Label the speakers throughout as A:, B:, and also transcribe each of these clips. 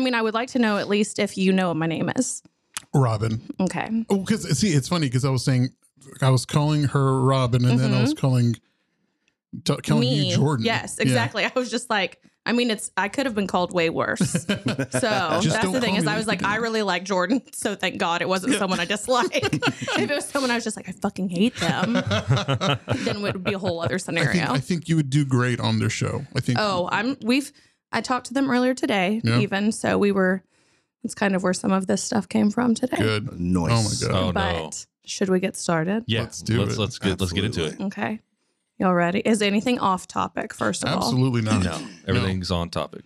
A: mean, I would like to know at least if you know what my name is.
B: Robin.
A: Okay.
B: Because see, it's funny because I was saying I was calling her Robin, and then I was calling t- calling you Jordan.
A: Mm-hmm. Yes,
B: Yeah.
A: exactly. I was just like, I mean, it's I could have been called way worse. So that's
B: don't
A: the thing
B: call
A: is,
B: me
A: I was like, I really like Jordan, so thank God it wasn't someone I dislike. if it was someone I was just like, I fucking hate them, then it would be a whole other
B: I think,
A: scenario.
B: I think you would do great on their show. I think.
A: Oh, I'm we've I talked to them earlier today,
B: Yeah.
A: even so we were. It's kind of where some of this stuff came from today.
B: good.
C: Nice.
B: Oh my god.
D: Oh, no.
A: but should we get started?
D: Yeah,
B: Let's do
D: let's,
B: it.
D: Let's get let's get into it.
C: Absolutely.
A: Okay. Y'all ready? Is anything off topic? First of all,
B: Absolutely not.
D: No, everything's on topic.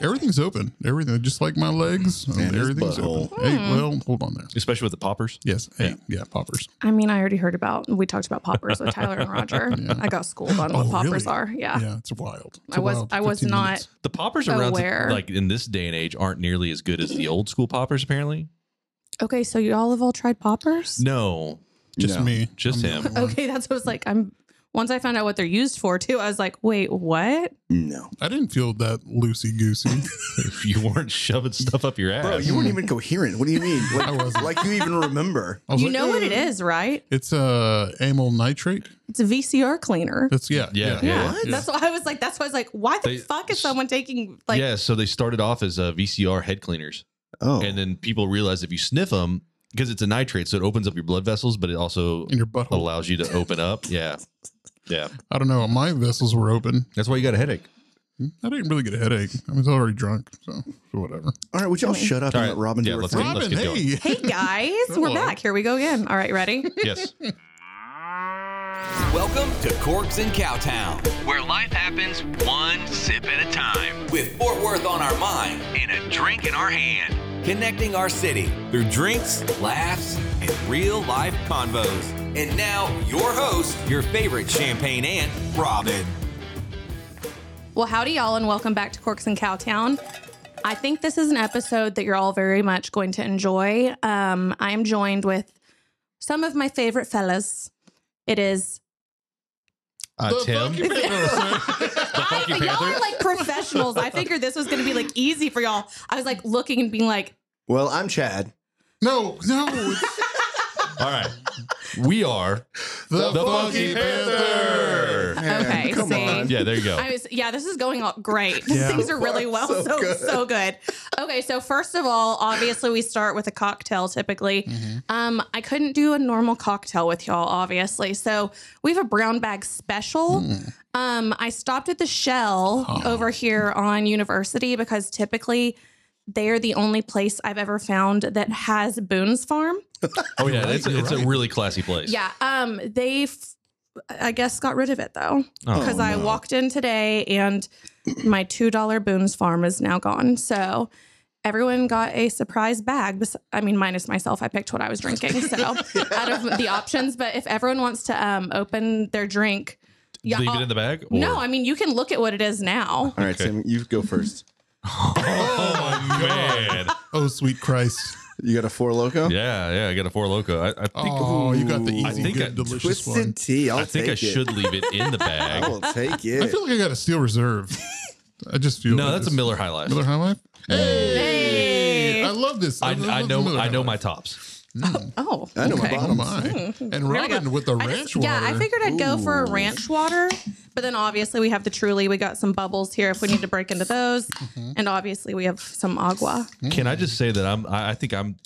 B: Everything's open. Everything, just like my legs.
C: And his
B: everything's
C: butthole.
B: open. Hey,
A: Hmm.
B: well, hold on there.
D: Especially with the poppers.
B: Yes. Hey, yeah, poppers.
A: I mean, I already heard about. We talked about poppers with Tyler and Roger. I got schooled on what
B: Oh,
A: poppers
B: really?
A: are. Yeah,
B: Yeah, it's wild.
A: Ah.
B: It's
A: I
B: a
A: was.
B: wild
A: I was
B: 15
A: not.
B: minutes.
D: The poppers
A: Oh,
D: around
A: Aware.
D: like in this day and age aren't nearly as good as the old school poppers. Apparently,
A: Okay, so y'all have all tried poppers?
D: no,
B: Just
C: No.
B: me.
D: just him.
A: Okay, that's what I was like. I'm. Once I found out what they're used for, too, I was like, wait, what?
C: No.
B: I didn't feel that loosey goosey.
D: if you weren't shoving stuff up your ass,
C: Bro, you weren't even coherent. What do you mean? Like,
B: I wasn't.
C: like you even remember.
B: I was
A: You
B: like,
A: know what it
B: "Uh,
A: is, right?
B: It's uh, amyl nitrate.
A: It's a VCR cleaner.
B: That's yeah,
D: yeah, yeah.
A: What? That's why I was like, that's why I was like, why the
D: They-
A: fuck is someone taking like?
D: yeah, so they started off as uh, VCR head cleaners,
C: Oh.
D: and then people realized if you sniff them because it's a nitrate, so it opens up your blood vessels, but it also
B: in your butthole.
D: allows you to open up. Yeah, yeah.
B: I don't know. My vessels were open.
D: That's why you got a headache.
B: I didn't really get a headache. I was already drunk, so whatever.
C: All right, would y'all shut up
D: All
C: and
D: right.
C: let Robin
D: Yeah,
C: do her
D: let's
C: thing?
D: get-
B: Robin,
D: get going.
B: hey,
A: Hey guys, we're
B: Hello.
A: back. Here we go again. All right, ready?
D: Yes. Uh,
E: Welcome to Corks and Cowtown, where life happens one sip at a time. With Fort Worth on our mind and a drink in our hand. Connecting our city through drinks, laughs, and real life convos. And now, your host, your favorite champagne aunt, Robin.
A: Well, howdy, y'all, and welcome back to Corks and Cowtown. I think this is an episode that you're all very much going to enjoy. Um, I am joined with some of my favorite fellas. It is
D: Uh, Tim,
B: fucking Panther, sir.
A: I,
D: Funky
A: y'all
D: Panther?
A: are like professionals. I figured this was going to be like easy for y'all. I was like looking and being like,
C: Well, I'm Chad.
B: no, no, it's
D: all right. We are
B: the,
D: the
B: Funky
D: Funky Panther.
C: Man,
A: Okay,
C: come
A: see.
C: on.
D: Yeah, there you go.
A: I was, yeah, this is going all great.
C: Yeah.
A: Things are really
C: So
A: well, so
C: far,
A: so
C: so
A: good.
C: good.
A: Okay, so first of all, obviously we start with a cocktail typically. Um, I couldn't do a normal cocktail with y'all, obviously. So we have a brown bag special. Um, I stopped at the Shell over here on University because typically they are the only place I've ever found that has Boone's Farm.
D: oh yeah, it's, a, it's a really classy place.
A: Yeah. Um, they, f- I guess, got rid of it though,
D: Oh,
A: because I walked in today and my two dollar Boone's Farm is now gone. So everyone got a surprise bag. Bes- I mean, minus myself, I picked what I was drinking. So out of the options, but if everyone wants to um open their drink, yeah,
D: Leave
A: I'll-
D: it in the bag. Or?
A: no, I mean you can look at what it is now.
C: All right, Tim, you go first.
D: Oh man.
B: Oh, sweet Christ!
C: You got a four loco?
D: Yeah, yeah. I got a four loco. I, I think
B: Oh, you got the
C: Ooh.
B: easy,
C: I
D: think
B: good,
D: I
B: delicious one.
C: Twisted tea. I'll
D: I think
C: take
D: I
C: it.
D: should leave it in the
C: I
D: bag.
C: will take
B: I
C: it.
B: feel like I got a steel reserve. I just feel
D: No,
B: like
D: that's a
B: this-
D: Miller High Life.
B: Miller High Life.
A: Hey.
B: I love this.
D: I,
B: love
D: I
B: the
D: know
B: Miller
D: I
B: High
D: know
B: Life.
D: my tops.
A: Oh.
C: I know
A: okay.
C: my
B: Oh
C: bottom.
B: my! And
A: There we go.
B: Robin with the
A: I just-
B: ranch
A: Yeah, I
B: water.
A: figured I'd go for a ranch water, but then obviously we have the Truly. We got some bubbles here if we need to break into those,
D: Mm-hmm.
A: and obviously we have some agua.
D: Can I just say that I'm? I, I think I'm.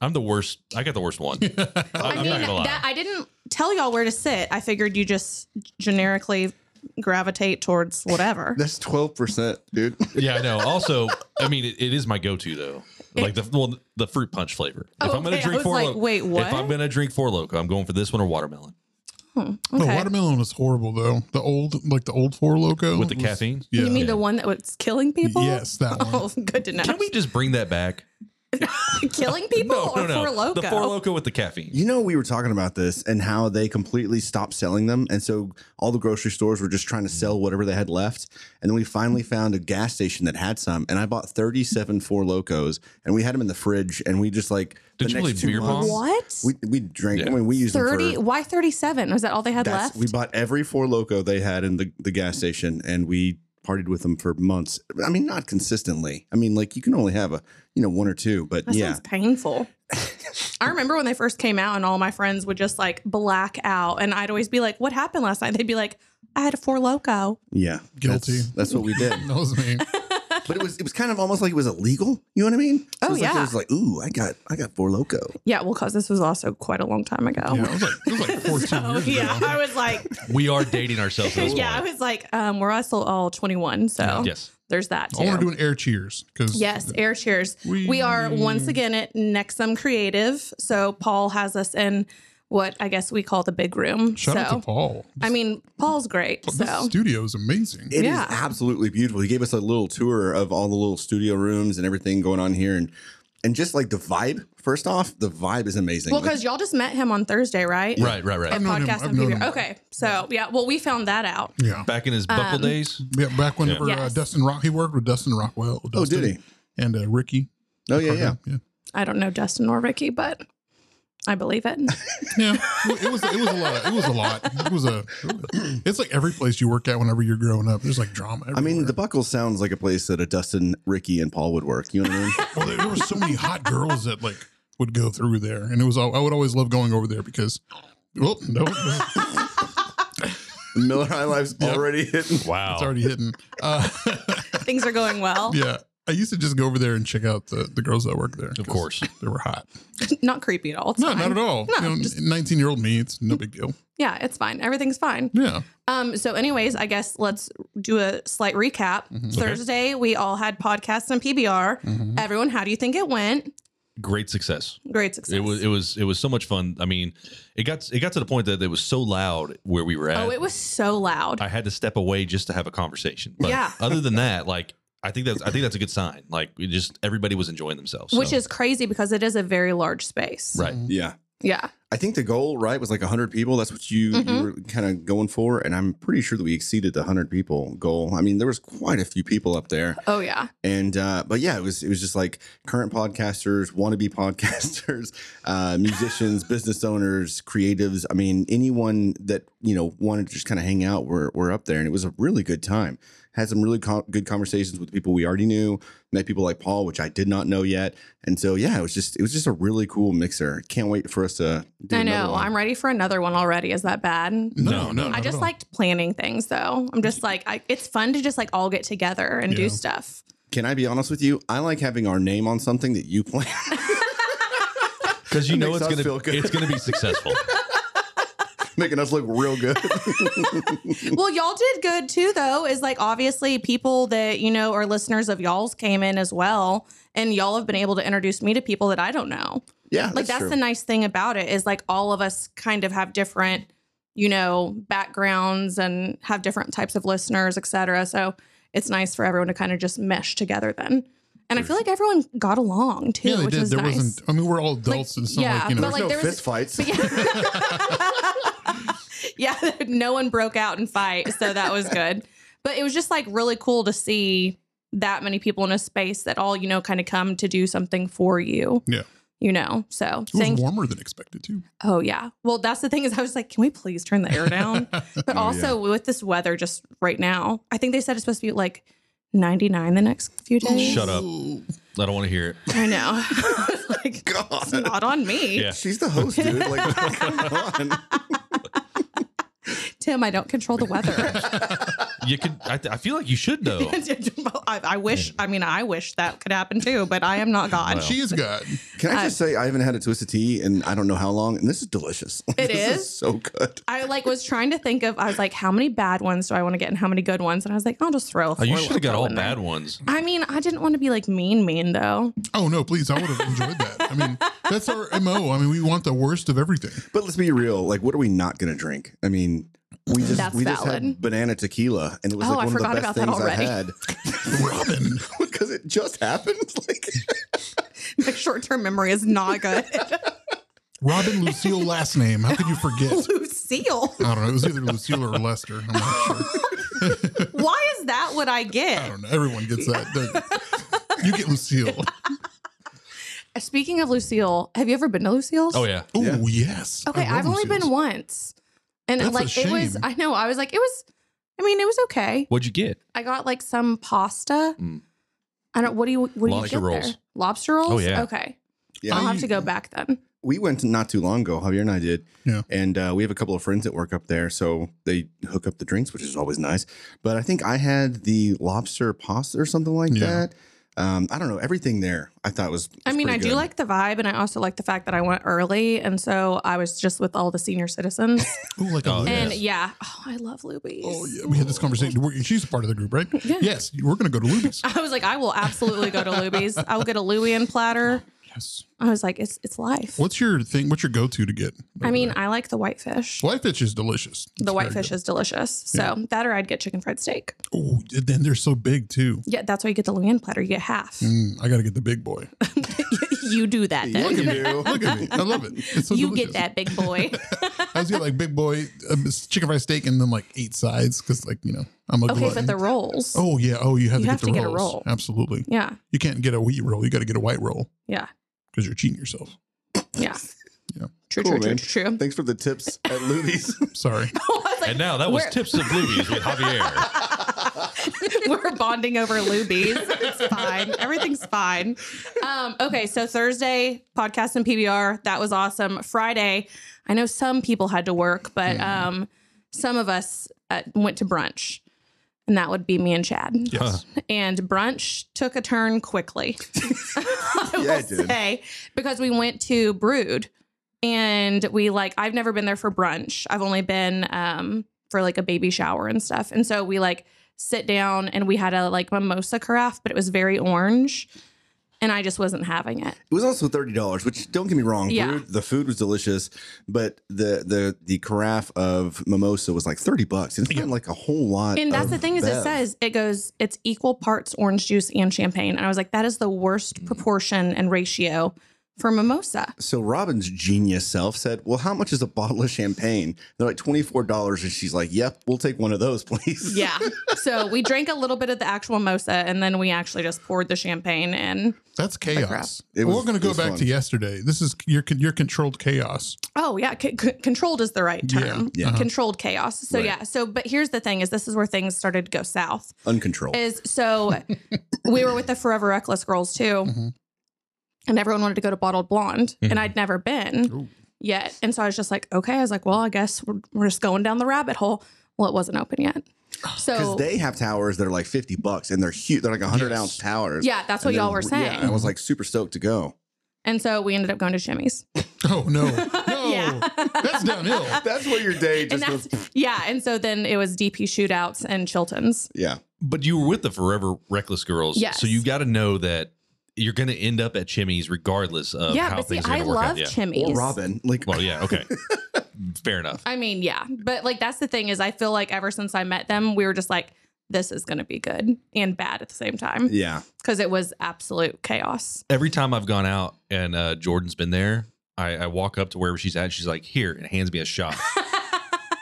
D: I'm the worst. I got the worst one. I,
A: I
D: I'm
A: mean,
D: not gonna lie.
A: that, I didn't tell y'all where to sit. I figured you just generically gravitate towards whatever.
C: That's 12%, dude.
D: yeah, I know. Also, I mean, it, it is my go-to though. Like the well, the fruit punch flavor. If I'm
A: Okay,
D: gonna
A: I
D: drink
A: was
D: four,
A: like,
D: Loco-
A: wait, what?
D: If I'm gonna drink four loco, I'm going for this one or watermelon
B: Oh,
A: Okay.
B: watermelon is horrible though. The old, like the old Four Loco
D: with the
B: was-
D: caffeine.
B: Yeah.
A: You mean the one that was killing people?
B: Yes, that one.
A: Oh, good to know.
D: Can we just bring that back?
A: killing people
D: No,
A: or
D: no, no.
A: for loco?
D: The four loco with the caffeine.
C: You know, we were talking about this and how they completely stopped selling them. And so all the grocery stores were just trying to sell
D: Mm-hmm.
C: whatever they had left. And then we finally found a gas station that had some. And I bought 37 Four Locos and we had them in the fridge. And we just like,
D: Did you play beer pong?
A: what?
C: We, we drank,
D: Yeah.
C: I mean, we used
A: Thirty?
C: them for.
A: Why thirty-seven? Was that all they had left?
C: That's, we bought every Four Loco they had in the, the gas station and we partied with them for months. I mean, not consistently. I mean, like you can only have a you know one or two, but
A: That
C: yeah,
A: sounds painful. I remember when they first came out, and all my friends would just like black out, and I'd always be like, "What happened last night?" They'd be like, "I had a four loco."
C: yeah,
B: Guilty.
C: That's, that's what we did.
B: That was me.
C: but it was it was kind of almost like it was illegal. You know what I mean? So
A: Oh,
C: it was like,
A: yeah.
C: it was like ooh, I got I got four loco.
A: Yeah, well, cause this was also quite a long time ago.
B: Yeah, it was like it was like 14
A: So,
B: years
A: yeah,
B: ago.
A: I was like,
D: We are dating ourselves. At this
A: yeah, I
D: point.
A: was like, um, we're also all 21, so
D: yes.
A: there's that
B: I want to
A: too.
B: do an air cheers because
A: Yes, air cheers.
B: We-
A: We, are once again at Nexum Creative. So Paul has us in what I guess we call the big room.
B: shout
A: so
B: out to Paul.
A: I mean, Paul's great.
B: This
A: So
B: studio is amazing.
C: It is
A: Yeah.
C: absolutely beautiful. He gave us a little tour of all the little studio rooms and everything going on here, and and just like the vibe. First off, the vibe is amazing.
A: well,
C: Like,
A: because y'all just met him on Thursday, right?
D: Right, right, right.
A: At
B: I've known him.
A: podcast
B: I've
A: and
B: known
A: PBR.
B: him.
A: Okay, so yeah, well, we found that out.
B: yeah.
D: Back in his
A: Um,
D: buckle days.
B: Yeah, back whenever
A: Yeah.
B: uh,
A: Yes.
B: Dustin Rock, he worked with Dustin Rockwell.
C: oh, did
B: Dustin
C: he?
B: And uh, Ricky.
C: Oh yeah, yeah.
B: yeah,
A: I don't know Justin or Ricky, but I believe it.
B: yeah. It was it was a lot. It was a lot. It was a. It's like every place you work at whenever you're growing up. There's like drama.
C: I mean,
B: everywhere.
C: the Buckle sounds like a place that a Dustin, Ricky, and Paul would work. You know what I mean?
B: well, there, there were so many hot girls that like would go through there, and it was. all I would always love going over there because. Well, no, it's
C: Miller High Life's
B: Yeah.
C: already hitting.
D: Wow.
B: already hidden. Uh,
A: Things are going well.
B: yeah, I used to just go over there and check out the, the girls that work there.
D: Of course.
B: they were hot.
A: Not creepy at all. It's
B: No,
A: fine.
B: not at all.
A: No,
B: you know,
A: just-
B: 19 year old me, it's no big deal.
A: Yeah, it's fine. Everything's fine.
B: Yeah.
A: Um, so, anyways, I guess let's do a slight recap.
B: Mm-hmm.
A: Thursday, we all had podcasts and PBR. Everyone, how do you think it went?
D: Great success.
A: Great success.
D: It was it was it was so much fun. I mean, it got it got to the point that it was so loud where we were at.
A: oh, it was so loud.
D: I had to step away just to have a conversation. But
A: Yeah.
D: other than that, like I think that's I think that's a good sign. Like we just everybody was enjoying themselves.
A: which
D: so-
A: is crazy because it is a very large space.
D: right.
C: Yeah.
A: Yeah.
C: I think the goal, right, was like 100 people. That's what you, you
A: Mhm.
C: were kind of going for. And I'm pretty sure that we exceeded the 100 people goal. I mean, there was quite a few people up there.
A: Oh yeah.
C: And, uh, but yeah, it was, it was just like current podcasters, wannabe podcasters, uh, musicians, business owners, creatives. I mean, anyone that, you know, wanted to just kind of hang out, we're, we're up there. And it was a really good time. Had some really co- good conversations with people we already knew, met people like Paul, which I did not know yet. And so, yeah, it was just, it was just a really cool mixer. Can't wait for us to do
A: I
C: another
A: know.
C: one.
A: I'm ready for another one already. Is that bad?
B: No, no. not
A: I
B: at
A: just
B: all.
A: liked planning things though. I'm just like I, it's fun to just like all get together and
B: Yeah.
A: do stuff.
C: Can I be honest with you? I like having our name on something that you plan.
D: Because you
C: It
D: know
C: makes
D: it's
C: us
D: gonna
C: feel good.
D: it's gonna be successful.
C: making us look real good.
A: well, y'all did good too though. Is like obviously people that you know or listeners of y'all's came in as well, and y'all have been able to introduce me to people that I don't know.
C: yeah,
A: like that's,
C: true.
A: the nice thing about it is like all of us kind of have different you know backgrounds and have different types of listeners etc so it's nice for everyone to kind of just mesh together then and i feel like everyone got along too
B: Yeah, they
A: which
B: did.
A: is
B: There
A: nice
B: wasn't. I mean, we're all adults, and so
A: yeah,
B: like you know,
A: but, like,
C: no
A: there was-
C: fist fights.
A: yeah no one broke out in fight so that was good but it was just like really cool to see that many people in a space that all you know kind of come to do something for you
B: Yeah.
A: you know so
B: it was
A: thank
B: warmer than expected too.
A: Oh yeah. Well, that's the thing is I was like, can we please turn the air down? But also with this weather just right now, I think they said it's supposed to be like 99 the next few days.
D: Shut up. I don't want to hear it.
A: I know. It's like, It's
C: God,
A: not on me.
D: Yeah.
C: she's the host, dude. Like, come on.
A: Tim, I don't control the weather.
D: You could. I, th- I feel like you should know.
A: I, I wish, I mean, I wish that could happen too, but I am not God.
B: She is God.
C: Can I
A: Uh,
C: just say I haven't had a twisted tea in I don't know how long, and this is delicious.
A: It
C: this
A: is?
C: so good.
A: I like was trying to think of, I was like, how many bad ones do I want to get and how many good ones? And I was like, I'll just throw.
D: Oh, you
A: four
D: should have got
A: loco
D: all
A: in there.
D: bad ones.
A: I mean, I didn't want to be like mean, mean though.
B: Oh no, please, I would have enjoyed that. I mean, that's our mo. I mean, we want the worst of everything.
C: But let's be real. Like, what are we not going to drink? I mean, we just
A: That's
C: we just had
A: valid.
C: banana tequila, and it was
A: Oh, I
C: like one of the
A: forgot
C: best
A: about that
C: things I
A: already.
C: had
B: Robin,
C: because it just happened. Like,
A: My short term memory is not good.
B: Robin Lucille last name. How could you forget?
A: Lucille.
B: I don't know. It was either Lucille or Lester. I'm not sure.
A: Why is that what I
B: I
A: get?
B: don't know. Everyone gets that. don't- You get Lucille.
A: Speaking of Lucille, have you ever been to Lucille's?
D: Oh yeah.
B: Oh
C: Yeah.
B: yes.
A: Okay,
B: I love
A: I've only been
B: Lucille's.
A: once. And
B: That's a
A: like it was
B: shame.
A: I know, I was like, it was I I mean, it was okay.
D: What'd you get?
A: I got like some pasta.
D: Mm.
A: I don't. What do you? What do you
D: Lobster
A: get
D: rolls.
A: there? Lobster rolls.
D: Oh, yeah.
A: Okay.
C: Yeah.
A: I'll have to go back then.
C: we went to not too long ago. Javier and I did.
B: Yeah.
C: And uh, we have a couple of friends that work up there, so they hook up the drinks, which is always nice. But I think I had the lobster pasta or something like
B: Yeah.
C: that. Um, I don't know. Everything there, I thought was.
A: I
C: was
A: mean, I
C: pretty
A: do
C: good.
A: like the vibe, and I also like the fact that I went early, and so I was just with all the senior citizens.
B: Ooh, like a
D: Oh, yeah.
B: yeah.
A: And yeah, oh, I love Luby's.
B: Oh, yeah. We had this conversation. We're, she's a part of the group, right?
A: Yeah.
B: Yes. We're going to go to Luby's.
A: I was like, I will absolutely go to Luby's. I will get a Louis and platter.
B: Yes.
A: I was like, it's it's life.
B: What's your thing? What's your go to to get?
A: I mean, I like the whitefish.
B: whitefish is delicious.
A: The whitefish is delicious. So that or I'd get chicken fried steak.
B: Oh, then they're so big too.
A: Yeah, that's why you get the Louis and platter. You get half.
B: Mm, I got to get the big boy.
A: you do that
C: Look
A: then.
C: at you.
B: Look at me. I love it. It's so
A: you get
B: delicious.
A: that big boy.
B: I was getting like big boy um, chicken fried steak and then like eight sides because like you know I'm a
A: okay, but
B: glutton.
A: the rolls.
B: oh yeah oh you have
A: You
B: to
A: have
B: get
A: to
B: the
A: get a
B: rolls
A: roll.
B: absolutely
A: Yeah.
B: you can't get a wheat roll you got to get a white roll
A: Yeah.
B: because you're cheating yourself.
A: Yeah.
B: Yeah.
A: True,
C: Cool,
A: true,
C: man.
A: true, true, true.
C: Thanks for the tips at Luby's.
B: Sorry.
D: and now that was
A: we're-
D: tips of bluebies with Javier.
A: We're bonding over Lubies. It's fine. Everything's fine. Um, okay, so Thursday podcast and PBR that was awesome. Friday, I know some people had to work,
D: Mm.
A: but um, some of us uh, went to brunch, and that would be me and Chad.
D: Uh-huh.
B: Yes.
A: And brunch took a turn quickly. I will
C: Yeah, it did.
A: say because we went to Brood, and we like I've never been there for brunch. I've only been um, for like a baby shower and stuff, and so we like sit down and we had a like mimosa carafe, but it was very orange, and I just wasn't having it.
C: It was also thirty dollars, which don't get me wrong,
A: Yeah.
C: Brewed- the food was delicious, but the the the carafe of mimosa was like thirty bucks. It's not like a whole lot.
A: And that's
C: of
A: the thing is
C: Bev.
A: it says it goes it's equal parts orange juice and champagne, and I was like that is the
C: Mm.
A: worst proportion and ratio for mimosa.
C: So Robin's genius self said, "Well, how much is a bottle of champagne?" They're like twenty four dollars, and she's like, "Yep, we'll take one of those, please."
A: Yeah. so we drank a little bit of the actual mimosa, and then we actually just poured the champagne in.
B: That's chaos.
C: It was-
B: We're going to
C: it
B: go
C: was
B: back
C: fun.
B: to yesterday. This is your your controlled chaos.
A: Oh yeah, c- c- controlled is the right term.
C: Yeah. Uh-huh.
A: Controlled chaos. So
C: Right.
A: yeah. So but here's the thing is this is where things started to go south.
C: Uncontrolled.
A: Is so we were with the Forever Reckless girls too.
C: Mm-hmm.
A: And everyone wanted to go to Bottled Blonde, and I'd never been
B: Ooh.
A: yet. And so I was just like, okay, I was like, well, I guess we're, we're just going down the rabbit hole. Well, it wasn't open yet. So
C: Because they have towers that are like fifty bucks, and they're huge. They're like hundred
B: Yes.
C: ounce towers.
A: yeah, that's what
C: And then-
A: y'all were saying.
C: Yeah, I was like super stoked to go.
A: and so we ended up going to Jimmy's.
B: Oh no, no,
A: Yeah.
B: that's downhill.
C: That's where your day
A: And
C: just
A: that's
C: goes.
A: yeah. And so then it was DP shootouts and Chilton's.
C: Yeah,
D: But you were with the Forever Reckless Girls.
A: Yes.
D: So you got to know that you're going to end up at Chimmy's regardless of
A: yeah,
D: how
A: but see,
D: things are
A: I
D: going to work
A: love
D: out. Yeah.
A: Chimmy's.
C: or Robin. Like,
D: Well, yeah. Okay. Fair enough.
A: I mean, yeah, but like that's the thing is, I feel like ever since I met them, we were just like, this is going to be good and bad at the same time
C: yeah,
A: because it was absolute chaos.
D: Every time I've gone out and uh, Jordan's been there, I, I walk up to wherever she's at. She's like, "Here," and hands me a shot.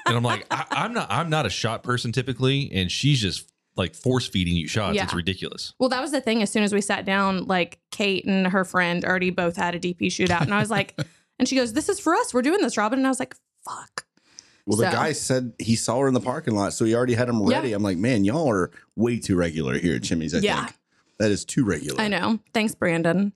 D: and I'm like, I, "I'm not. I'm not a shot person typically." And she's just like force feeding you shots.
A: Yeah.
D: It's ridiculous.
A: Well, that was the thing. As soon as we sat down, like Kate and her friend already both had a DP shootout, and I was like, and she goes, "This is for us. We're doing this, Robin." And I was like, "Fuck."
C: Well, the
A: So-
C: guy said he saw her in the parking lot, so he already had them
A: Yeah.
C: ready. I'm like, man, y'all are way too regular here at Chimmy's. I
A: Yeah.
C: think that is too regular.
A: I know. Thanks, Brandon.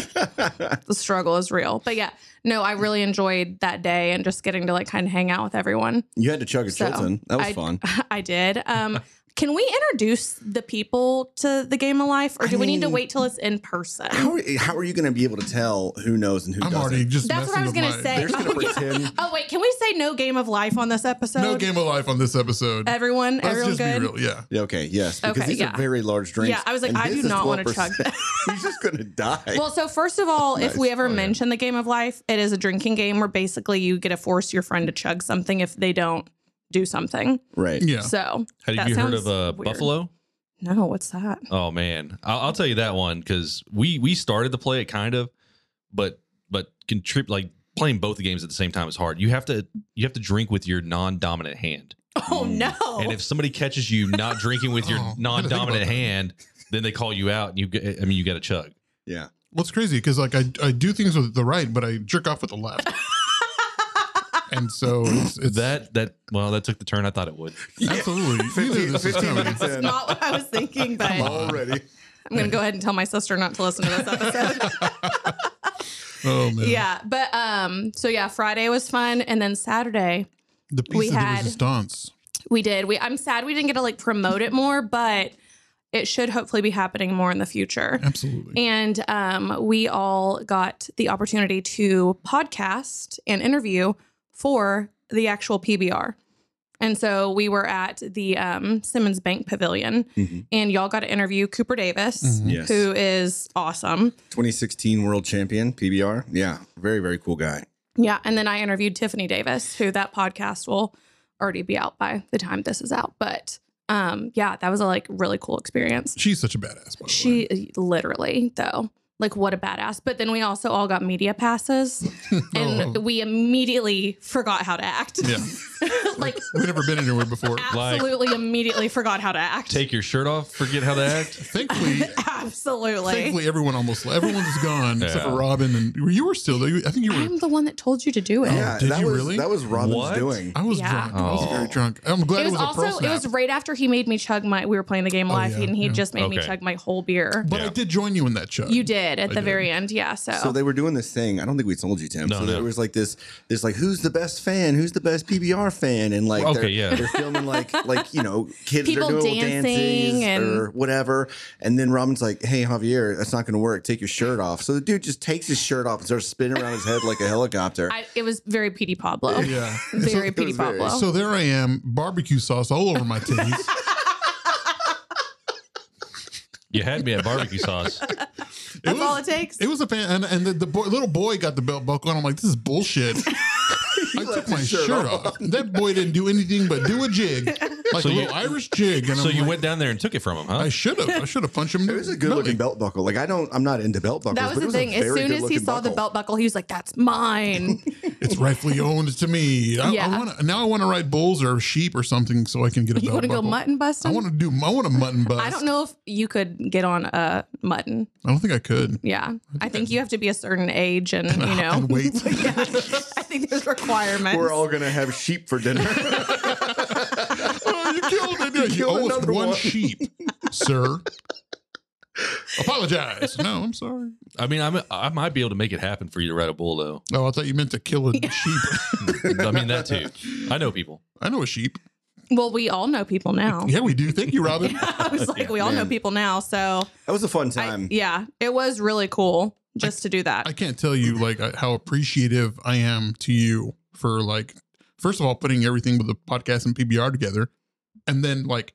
A: the struggle is real, but yeah, no, I really enjoyed that day and just getting to like kind of hang out with everyone.
C: You had to chug a
A: So,
C: Chilton. That was
A: I-
C: fun.
A: I did. Um, can we introduce the people to the game of life, or do
C: I
A: we need to
C: mean-
A: wait till it's in person?
C: How are, how are you going to be able to tell who knows and who
B: I'm
C: doesn't?
B: already just.
A: That's what I was
B: messing
A: gonna
B: with my-
A: say.
C: They're just going to pretend.
A: oh wait, can we say no game of life on this episode?
B: No game of life on this episode.
A: Everyone,
B: Let's
A: everyone
B: just
A: good.
B: be real. Yeah.
C: Yeah, okay, yes, because
A: Okay,
C: these
A: yeah.
C: are very large drinks.
A: Yeah, I was like,
C: and
A: I
C: this
A: do
C: is
A: not wanna chug
C: 12%. He's just going to die.
A: Well, so first of all, if we
C: Nice.
A: ever mention the game of life, it is a drinking game where basically you get to force your friend to chug something if they don't do something.
C: right.
B: Yeah.
A: So
D: Have
A: that
D: you heard of
A: sounds
D: uh,
A: weird.
D: Buffalo?
A: No, what's that?
D: Oh man, I'll, I'll tell you that one because we we started to play it kind of, but but contrib- like playing both the games at the same time is hard. You have to you have to drink with your non-dominant hand,
A: Oh no!
D: Mm. and if somebody catches you not drinking with your
B: Oh, I didn't think about
D: non-dominant
B: that.
D: hand, then they call you out, and you get, I mean you got to chug.
C: Yeah.
B: What's crazy because like I, I do things with the right, but I jerk off with the left. and so it's, it's
D: that that well, that took the turn I thought it would.
B: absolutely you knew this was
C: 15
B: coming.
C: minutes in.
A: Not what I was thinking, but I'm
C: Already.
A: going to go ahead and tell my sister not to listen to this episode.
B: Oh man,
A: yeah, but um, so yeah, Friday was fun, and then Saturday
B: the piece
A: We
B: of
A: had-
B: the resistance.
A: we did. We I'm sad we didn't get to like promote it more, but it should hopefully be happening more in the future.
B: Absolutely,
A: And um, we all got the opportunity to podcast and interview for the actual PBR. And so we were at the um, Simmons Bank Pavilion,
C: Mhm.
A: and y'all got to interview Cooper Davis,
B: Mhm.
C: Yes.
A: who is awesome.
C: 2016 world champion, PBR. Yeah. Very, very cool guy.
A: Yeah. And then I interviewed Tiffany Davis, who that podcast will already be out by the time this is out. But um, yeah, that was a like really cool experience.
B: she's such a badass. By the way.
A: She literally, though, like what a badass. But then we also all got media passes and
B: Oh.
A: we immediately forgot how to act.
B: Yeah.
A: like
B: We've never been anywhere before.
D: Like-
A: absolutely immediately forgot how to act.
D: Take your shirt off, forget how to act.
B: Thankfully,
A: absolutely.
B: thankfully everyone almost everyone's gone except
D: Yeah.
B: for Robin and you were still there. You- I think you were.
A: I'm the one that told you to do it.
B: Yeah. Oh, did
C: that
B: you
C: was,
B: really?
C: That was Robin's
D: What?
C: doing.
B: I was
A: Yeah.
B: drunk. I was
D: Oh.
B: very drunk. I'm glad
A: It was,
B: a pro
A: also it
B: snap.
A: was right after he made me chug my we were playing the game
B: Oh,
A: live
B: yeah,
A: and he
B: yeah.
A: just made me
D: Okay.
A: chug my whole beer.
B: but I
D: Yeah.
B: did join you in that show.
A: You did at
B: I
A: the
B: did.
A: very end, yeah. So,
C: So they were doing this thing. I don't think we told you, Tim.
D: No,
C: so
D: no.
C: there was like this, this like, who's the best fan? Who's the best PBR fan? And like,
D: Okay,
C: they're,
D: yeah.
C: they're filming like, like you know, kids
A: People
C: they're doing little
A: dancing
C: dances
A: and-
C: or whatever. And then Robin's like, hey, Javier, that's not going to work. Take your shirt off. So the dude just takes his shirt off and starts spinning around his head like a helicopter.
A: I, it was very Petey Pablo.
B: Yeah.
A: Very Petey
C: was very-
A: Pablo.
B: So there I am, barbecue sauce all over my titties.
D: You had me at barbecue sauce.
B: It
A: That's all it
B: was,
A: takes.
B: it was a fan, and, and the, the boy, little boy got the belt buckle, and I'm like, this is bullshit. I took
C: left
B: my
C: his
B: shirt,
C: shirt
B: off. That boy didn't do anything but do a jig, like a
D: So you-
B: little Irish jig. And
D: So
B: I'm
D: you
B: like,
D: went down there and took it from him, huh?
B: I should have. I should have punched him.
C: It was a good looking belt buckle. Like I don't, I'm not into belt buckles.
A: That was
C: but it
A: the thing.
C: A
A: As
C: very
A: soon as he
C: good-looking
A: saw the
C: buckle.
A: belt buckle, he was like, "That's mine."
B: It's rightfully owned to me. I,
A: Yeah.
B: I want now. I want to ride bulls or sheep or something so I can get a
A: you
B: belt
A: want to go
B: buckle.
A: mutton busting?
B: I want to do. I want a mutton bust.
A: I don't know if you could get on a mutton.
B: I don't think I could.
A: Yeah, I think you have to be a certain age and you know.
B: And wait.
A: yeah, I think there's requirements.
C: we're all gonna have sheep for dinner.
B: Oh, you killed it. You,
C: killed
B: owe us
C: another
B: one
C: one.
B: sheep, sir. Apologize. No, I'm sorry.
D: I mean, I'm, I might be able to make it happen for you to ride a bull, though.
B: Oh, I thought you meant to kill a sheep.
D: I mean, that too. I know people.
B: I know a sheep.
A: well, we all know people now.
B: Yeah, we do. Thank you, Robin.
A: I was like, we all know
C: man.
A: people now. So,
C: that was a fun
A: I-
C: time.
A: yeah, it was really cool just to do that.
B: I can't tell you like I- how appreciative I am to you for like first of all putting everything with the podcast and PBR together, and then like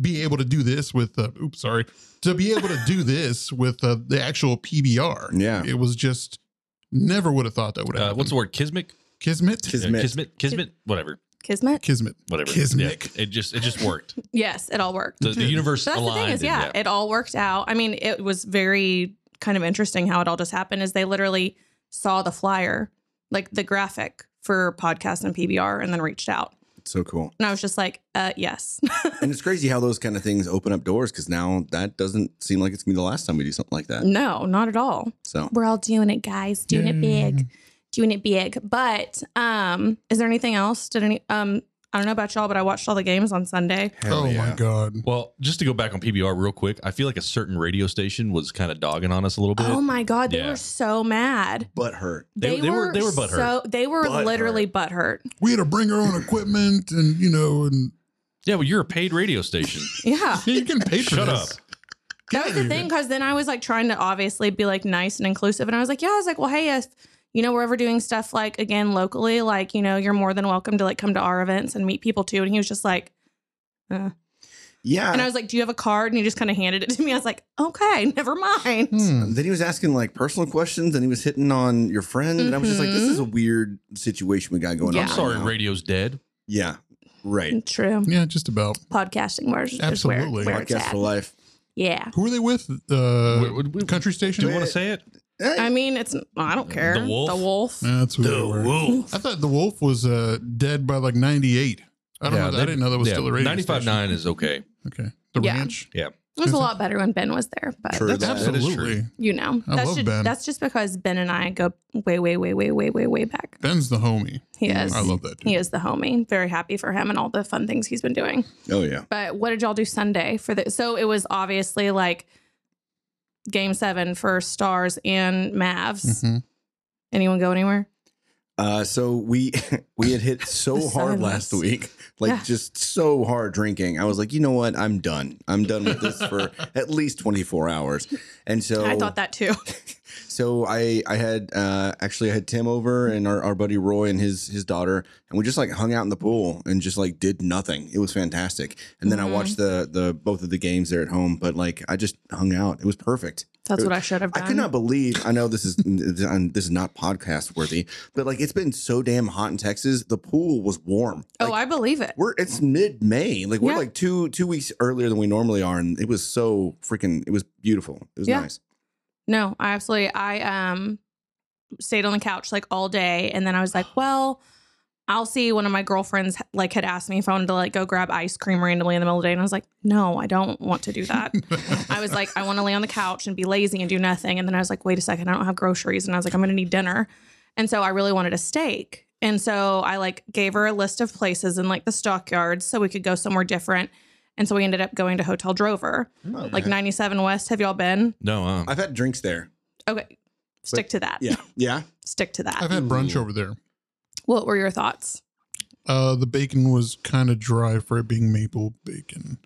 B: be able to do this with uh, oops sorry to be able to do this with uh, the actual PBR.
C: Yeah.
B: it was just never would have thought that would
D: Uh,
B: happen.
D: what's the word? Kismic?
B: kismet?
D: Yeah,
C: Kismet.
D: Kismet? Kismet? Whatever.
A: Kismet.
B: kismet.
D: Whatever.
B: Kismic.
D: Yeah, it just it just worked.
A: Yes, it all worked.
D: The, the
B: did.
D: universe
A: So that's
D: aligned.
A: the thing is,
D: and
A: yeah, it all worked out. I mean, it was very kind of interesting how it all just happened. Is they literally saw the flyer, like the graphic for podcast and PBR, and then reached out,
C: So cool.
A: and I was just like, uh, yes,
C: And it's crazy how those kind of things open up doors because now that doesn't seem like it's gonna be the last time we do something like that.
A: no, not at all.
C: So
A: We're all doing it, guys, doing it big, doing it big. But um, is there anything else? Did any um. I don't know about y'all, but I watched all the games on Sunday.
C: hell
B: oh
C: yeah.
B: my god.
D: Well, just to go back on PBR real quick, I feel like a certain radio station was kind of dogging on us a little bit.
A: Oh my god, they
D: Yeah.
A: were so mad.
C: Butt hurt.
D: They- they were- they were butthurt.
A: So they were
C: Butthurt.
A: literally butthurt.
B: We had to bring our own equipment, and you know, and
D: yeah, well, you're a paid radio station.
A: Yeah.
B: Yeah, you can pay for
D: Shut
B: this.
D: up.
A: That was the thing because then I was like trying to obviously be like nice and inclusive, and I was like, yeah, I was like, well, hey, if you know we're ever doing stuff like again locally, like you know you're more than welcome to like come to our events and meet people too. And he was just like,
C: Yeah.
D: Uh.
A: and I was like, do you have a card? And he just kind of handed it to me. I was like, okay, never mind.
B: Hmm.
C: then he was asking like personal questions and he was hitting on your friend. And I was just like, this
A: Mhm.
C: is a weird situation we got going
A: Yeah.
C: on.
D: I'm
C: right
D: sorry,
C: now.
D: radio's dead.
C: Yeah. Right.
A: True,
B: Yeah, just about.
A: podcasting where's
B: Absolutely.
A: is where, where it's
C: Podcast
A: at.
C: for life.
A: Yeah,
B: Who were they with? Uh,
D: Wh- wh- wh-
B: country station.
D: Do we want to say it?
C: Hey,
A: I mean it's I don't care.
D: The wolf?
A: The wolf.
B: Yeah, that's who they were. I thought the wolf was uh, dead by like ninety eight. I don't know. I didn't know that was still a radio.
D: 95.9
B: station.
D: is okay.
B: Okay, the
A: Yeah.
B: ranch.
D: Yeah.
A: It was a lot better when Ben was there, but
C: True.
B: That's
C: that.
B: absolutely.
D: That is true.
A: you know,
B: I
A: that's,
B: love
A: ju-
B: Ben.
A: that's just because Ben and I go way, way, way, way, way, way, way back.
B: Ben's the homie.
A: He is.
B: I love that. Dude.
A: He is the homie. Very happy for him and all the fun things he's been doing.
C: Oh yeah.
A: But what did y'all do Sunday for the? So it was obviously like game seven for Stars and Mavs.
B: Mhm.
A: Anyone go anywhere?
C: Uh, so we we had hit so
A: The
C: hard last
A: silence.
C: week, like
A: Yeah.
C: just so hard drinking. I was like, you know what? I'm done. I'm done with this for at least 24 hours. And so
A: I thought that too.
C: So I I had uh, actually I had Tim over and our, our buddy Roy and his his daughter, and we just like hung out in the pool and just like did nothing. It was fantastic. And then
A: Mhm.
C: I watched the the both of the games there at home, but like I just hung out. It was perfect.
A: That's what I should have
C: I
A: done.
C: could not believe. I know this is this is not podcast worthy, but like it's been so damn hot in Texas. The pool was warm.
A: oh,
C: Like,
A: I believe it.
C: we're it's mid May. Like we're
A: Yeah.
C: like two two weeks earlier than we normally are, and it was so freaking. It was beautiful. It was
A: Yeah.
C: nice.
A: No, I absolutely. I um stayed on the couch like all day, and then I was like, well, I'll see. One of my girlfriends like had asked me if I wanted to like go grab ice cream randomly in the middle of the day, and I was like, no, I don't want to do that.
B: Mm-hmm.
A: I was like, I want to lay on the couch and be lazy and do nothing. And then I was like, wait a second, I don't have groceries, and I was like, I'm gonna need dinner, and so I really wanted a steak. And so I like gave her a list of places in like the stockyards so we could go somewhere different. And so we ended up going to Hotel Drover, like 97 West. Have y'all been?
D: No, uh,
C: I've had drinks there.
A: Okay. Stick to that.
C: Yeah. Yeah.
A: Stick to that.
B: I've had brunch
D: Ooh.
B: over there.
A: What were your thoughts?
B: Uh, the bacon was kind of dry for it being maple bacon,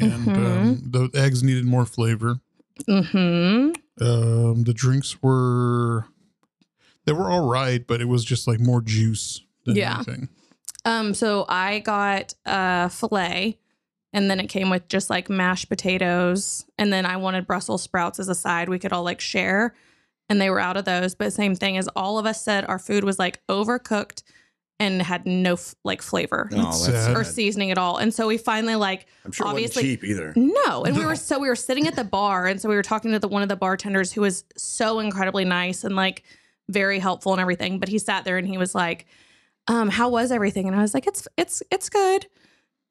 B: and um, the eggs needed more flavor.
A: Mm-hmm.
B: Um, the drinks were they were all right, but it was just like more juice than
A: Yeah.
B: anything.
A: Um, so I got uh filet and then it came with just like mashed potatoes. And then I wanted Brussels sprouts as a side we could all like share. And they were out of those. But same thing as all of us said our food was like overcooked and had no f- like flavor
B: That's sad.
A: or seasoning at all. And so we finally like
C: I'm sure it wasn't
A: obviously-
C: cheap either.
A: No, and we were so we were sitting at the bar, and so we were talking to the one of the bartenders who was so incredibly nice and like very helpful and everything. But he sat there and he was like, um, "How was everything?" And I was like, "It's it's it's good."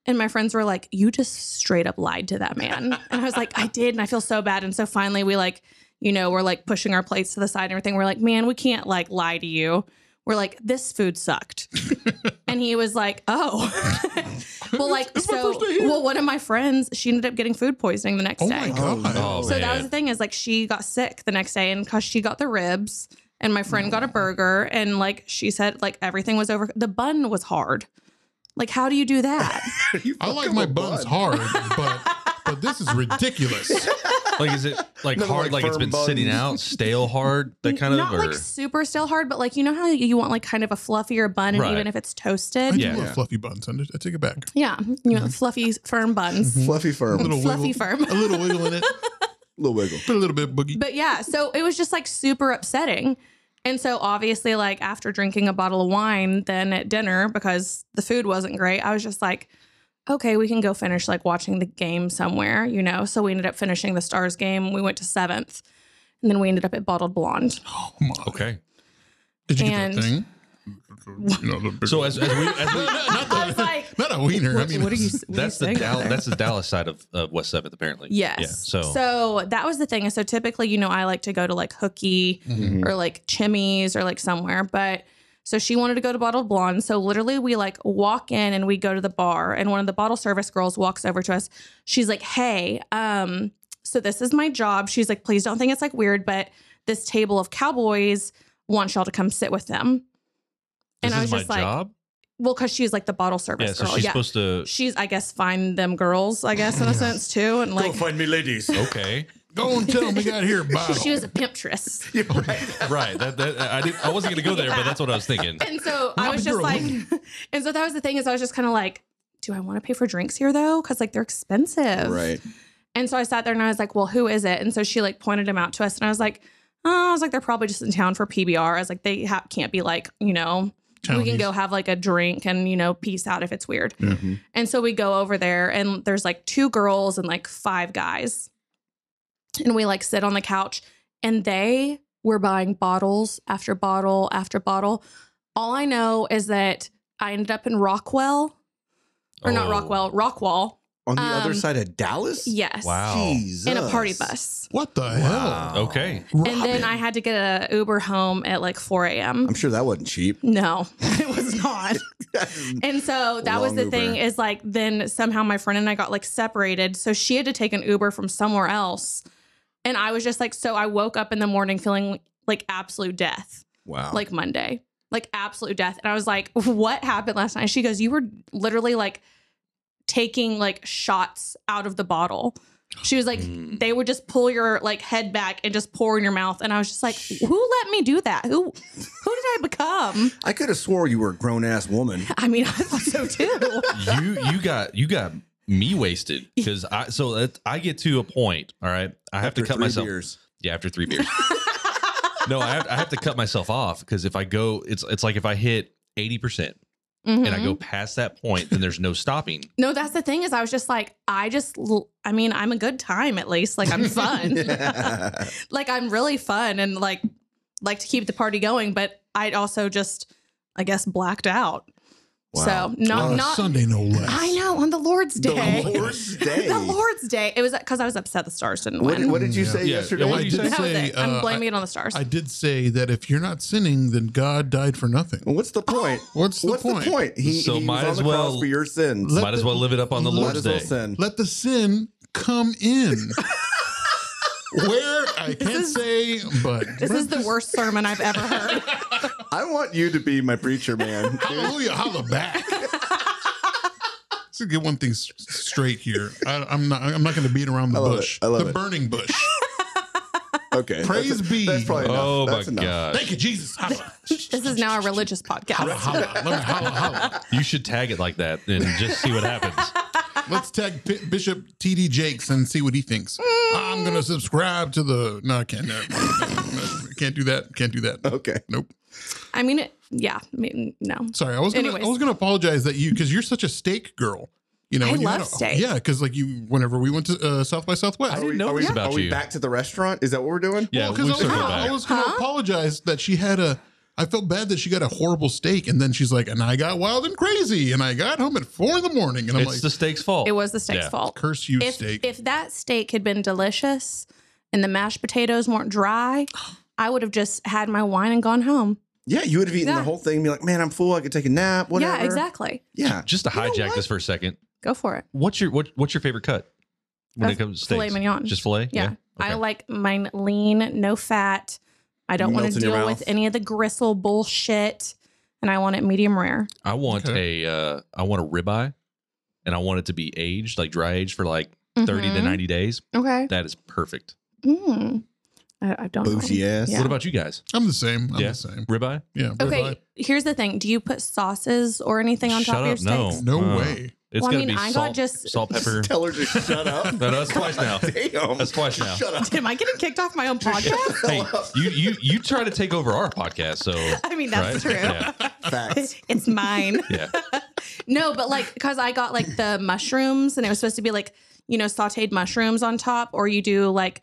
A: And my friends were like, "You just straight up lied to that man," and I was like, "I did," and I feel so bad. And so finally, we like, you know, we're like pushing our plates to the side and everything. We're like, "Man, we can't like lie to you." We're like, "This food sucked," and he was like, "Oh." Well, like
B: It's my
A: so.
B: first day here.
A: Well, one of my friends, she ended up getting food poisoning the next
B: Oh my
A: day.
B: god!
D: Oh,
A: So that was the
D: man.
A: thing is like she got sick the next day, and because she got the ribs, and my friend got a burger, and like she said, like everything was over. The bun was hard. Like, how do you do that?
B: I like my buns hard, but but this is ridiculous.
D: like is it like
C: Nothing
D: hard?
C: like
D: Like, it's
C: firm
D: been sitting
C: buns.
D: out, stale hard, that kind
A: Not
D: of. Or,
A: like super still hard, but like you know how you want like kind of a fluffier bun, and
D: Right.
A: even if it's
B: I
A: toasted,
B: do
A: yeah,
D: Yeah. Mm-hmm.
B: love fluffy buns. I I take it back.
A: you want fluffy, firm buns.
C: Fluffy firm.
B: A little
A: Fluffy
B: wiggle,
A: firm.
B: a little wiggle in it,
C: little wiggle.
B: put a little bit of boogie.
A: But yeah, so it was just like super upsetting. And so obviously, like after drinking a bottle of wine, then at dinner, because the food wasn't great, I was just like, okay, we can go finish like watching the game somewhere, you know? So we ended up finishing the Stars game. We went to seventh. And then we ended up at Bottled Blonde.
B: Oh my!
D: okay.
B: Did you
A: And-
B: get that thing? You know, the big-
D: So as, as we as we
B: not,
A: I was
B: the,
A: like,
B: not a wiener. I mean,
D: that's the Dal- that's the Dallas side of, of West Seventh apparently.
A: Yes.
D: Yeah. So,
A: that was the thing. And so typically, you know, I like to go to like Hookie
C: Mm-hmm.
A: or like Chimmy's or like somewhere. But so she wanted to go to Bottled Blonde. So literally, we like walk in and we go to the bar, and one of the bottle service girls walks over to us. She's like, "Hey, um, so this is my job." She's like, "Please don't think it's like weird, but this table of cowboys wants y'all to come sit with them."
D: this
A: And I was
D: is my
A: just like,
D: job.
A: "Well, because she's like the bottle service
D: Yeah. So
A: girl,
D: she's
A: yeah."
D: supposed to.
A: She's, I guess, find them girls, I guess, in a sense, too. And like,
C: find me, ladies.
D: Okay.
B: go and tell them we got here. Bottle.
A: she was a pimptress.
D: right. That, that I didn't. I wasn't gonna go there, but that's what I was thinking.
A: And so I was just
B: You're a
A: like, and so that was the thing is I was just kind of like, do I want to pay for drinks here though? Because like they're expensive.
C: Right.
A: And so I sat there and I was like, well, who is it? And so she like pointed him out to us, and I was like, oh, I was like, they're probably just in town for PBR. I was like, they ha- can't be like, you know, we can
B: Townies.
A: go have like a drink and you know, peace out if it's weird.
C: Mm-hmm.
A: And so we go over there, and there's like two girls and like five guys. And we like sit on the couch, and they were buying bottles after bottle after bottle. All I know is that I ended up in Rockwell, or not
D: Oh.
A: Rockwell, Rockwall.
C: on the other
A: Um,
C: side of Dallas.
A: Yes.
D: Wow.
A: In a party
C: Jesus.
A: bus.
B: What the hell?
D: Oh, Okay.
A: And then I had to get a Uber home at like 4 a.m.
C: I'm sure that wasn't cheap.
A: No, it was not. and so that was
C: Long
A: the
C: Uber.
A: thing is like then somehow my friend and I got like separated. So she had to take an Uber from somewhere else. And I was just like, so I woke up in the morning feeling like absolute death,
C: wow.
A: like Monday, like absolute death. And I was like, what happened last night? She goes, you were literally like taking like shots out of the bottle. She was like,
D: Mm.
A: they would just pull your like head back and just pour in your mouth. And I was just like, who let me do that? Who who did I become?
C: I could have swore you were a grown ass woman.
A: I mean, I thought so too.
D: you you got you got me wasted because I so that I get to a point. All right, I have
C: after
D: to cut
C: three
D: myself.
C: beers.
D: Yeah, after three beers. no, I have, I have to cut myself off because if I go, it's it's like if I hit eighty percent and I
B: Mm-hmm.
A: Mhm.
D: go past that point, then there's no stopping.
A: No, that's the thing is, I was just like, I just, l- I mean, I'm a good time at least. Like, I'm fun.
C: Yeah.
A: Like, I'm really fun and like, like to keep the party going. But I also just, I guess, blacked out.
C: Wow.
A: So not,
B: On a
A: not.
B: Uh, Sunday, no less.
A: I know on the Lord's
C: The
A: day.
C: Lord's day.
A: The Lord's day. It was because I was upset the stars didn't
C: What,
A: win.
C: did- what did you
B: Yeah.
C: say
D: Yeah.
C: yesterday?
D: Yeah, what
B: I
D: did
B: did
D: you say?
A: that was
B: say,
A: it. I'm
B: uh,
A: blaming it on the stars.
B: I did say that if you're not sinning, then God died for nothing.
C: Well, What's the point?
B: What's the
C: What's
B: point?
C: the point? He,
D: So
C: he was
D: might
C: on
D: as
C: the
D: well
C: cross for your sins.
B: Let
D: Might as
B: the-
D: well live it up on the
B: let
D: Lord's
C: us all
D: day.
C: sin.
B: Let the sin come in. Where I can't
A: is-
B: say, but
A: this is the worst sermon I've ever heard.
C: I want you to be my preacher, man.
B: Hallelujah, holla back. Let's get one thing s- straight here. I, I'm not. I'm not going to beat around the
C: I love it.
B: bush.
C: I love
B: the
C: it.
B: burning bush.
C: okay.
B: Praise
C: that's,
B: be.
C: That's probably enough.
D: Oh
C: that's
D: my
C: enough.
D: god!
B: Thank you, Jesus. Holla,
A: This is now a religious
B: holla,
A: podcast.
B: holla. Let me holla, holla.
D: You should tag it like that and just see what happens.
B: Let's tag P- Bishop TD Jakes and see what he thinks. I'm going to subscribe to the. No, I can't. No, no, no, can't do that. Can't do that.
C: Okay.
B: Nope.
A: I mean, it, yeah, I mean, no.
B: Sorry, I was gonna, I
A: Anyways.
B: was gonna apologize that you because you're such a steak girl. You know,
A: I
B: and you
A: love
B: had a-
A: steak.
B: Yeah, because like you, whenever we went to uh, South by Southwest,
D: I
C: Are
D: didn't
C: we,
D: know
C: are we,
D: this about
C: are we
D: you.
C: back to the restaurant? Is that what we're doing?
D: Yeah,
B: because
D: we
B: I,
D: circle
B: was-
D: back.
B: I was gonna apologize that she had a. I felt bad that she got a horrible steak, and then she's like, "And I got wild and crazy, and I got home at four in the morning, and I'm
D: it's
B: like,
D: the steak's fault.
A: It was the steak's
D: Yeah.
A: fault.
B: curse you,
A: if,
B: steak."
A: if that steak had been delicious and the mashed potatoes weren't dry, I would have just had my wine and gone home.
C: Yeah, you would have eaten
A: Yeah.
C: the whole thing and be like, man, I'm full. I could take a nap, whatever.
A: Yeah, exactly.
C: Yeah.
D: Just to hijack this for a second.
A: Go for it.
D: What's your what, what's your favorite cut when it
A: Uh,
D: comes to steaks?
A: filet mignon.
D: Just filet.
A: Yeah. I
D: Okay.
A: like mine lean, no fat. I don't want
C: Melts
A: to
C: in your
A: deal
C: mouth.
A: with any of the gristle bullshit. And I want it medium rare.
D: I want a uh, I want a ribeye, and I want it to be aged, like dry aged, for like 30 to
A: Mhm.
D: ninety days.
A: Okay.
D: That is perfect.
A: Mm. I, I don't know.
C: Bougie ass.
A: Yeah.
D: What about you guys?
B: I'm the same. I'm
D: Yeah.
B: the same.
D: Ribeye?
B: Yeah.
A: Okay.
B: ribeye.
A: Here's the thing. Do you put sauces or anything on top
D: Shut
A: of your
D: up, no.
A: steaks?
B: No
D: Uh,
B: way.
D: It's
A: Well, I
D: gonna
A: mean,
D: be
A: I got
D: salt,
A: just-
D: salt, pepper.
C: Tell her to shut up.
D: No, no, that's twice now.
C: Damn.
D: That's twice now.
C: Shut up.
A: Am I getting kicked off my own podcast?
D: Hey, you you you try to take over our podcast, so
A: I mean, that's
D: right?
A: true.
D: Yeah.
C: Facts.
A: It's mine.
D: Yeah.
A: No, but like, because I got like the mushrooms and it was supposed to be like, you know, sauteed mushrooms on top, or you do like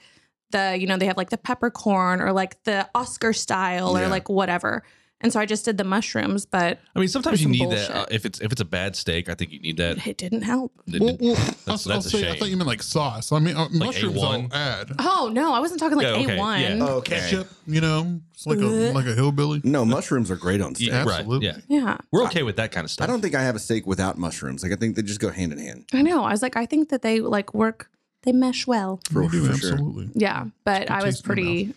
A: the, you know, they have like the peppercorn or like the Oscar style or
C: Yeah.
A: like whatever. And so I just did the mushrooms, but
D: I mean, sometimes you
A: Some
D: need
A: bullshit.
D: that. Uh, if it's if it's a bad steak, I think you need that.
A: it didn't help.
B: Well, well, I'll,
D: that's a
B: I'll say, I
D: shame.
B: thought you meant like sauce. I mean, uh, mushrooms. I'll
D: A1?
B: add
A: Oh, no, I wasn't talking like
D: Yeah, okay,
A: A1.
D: yeah.
A: Yeah.
C: Okay.
B: ketchup. You know, it's like a
A: Blech.
B: like a hillbilly.
C: No, mushrooms are great on steak.
D: Yeah, right.
B: Absolutely.
D: Yeah. We're okay with that kind of stuff.
C: I don't think I have a steak without mushrooms. Like I think they just go hand in hand.
A: I know. I was like, I think that they like work, they mesh well.
C: For,
B: We do,
C: for sure.
B: absolutely.
A: Yeah. But I was
B: taste in your
A: pretty,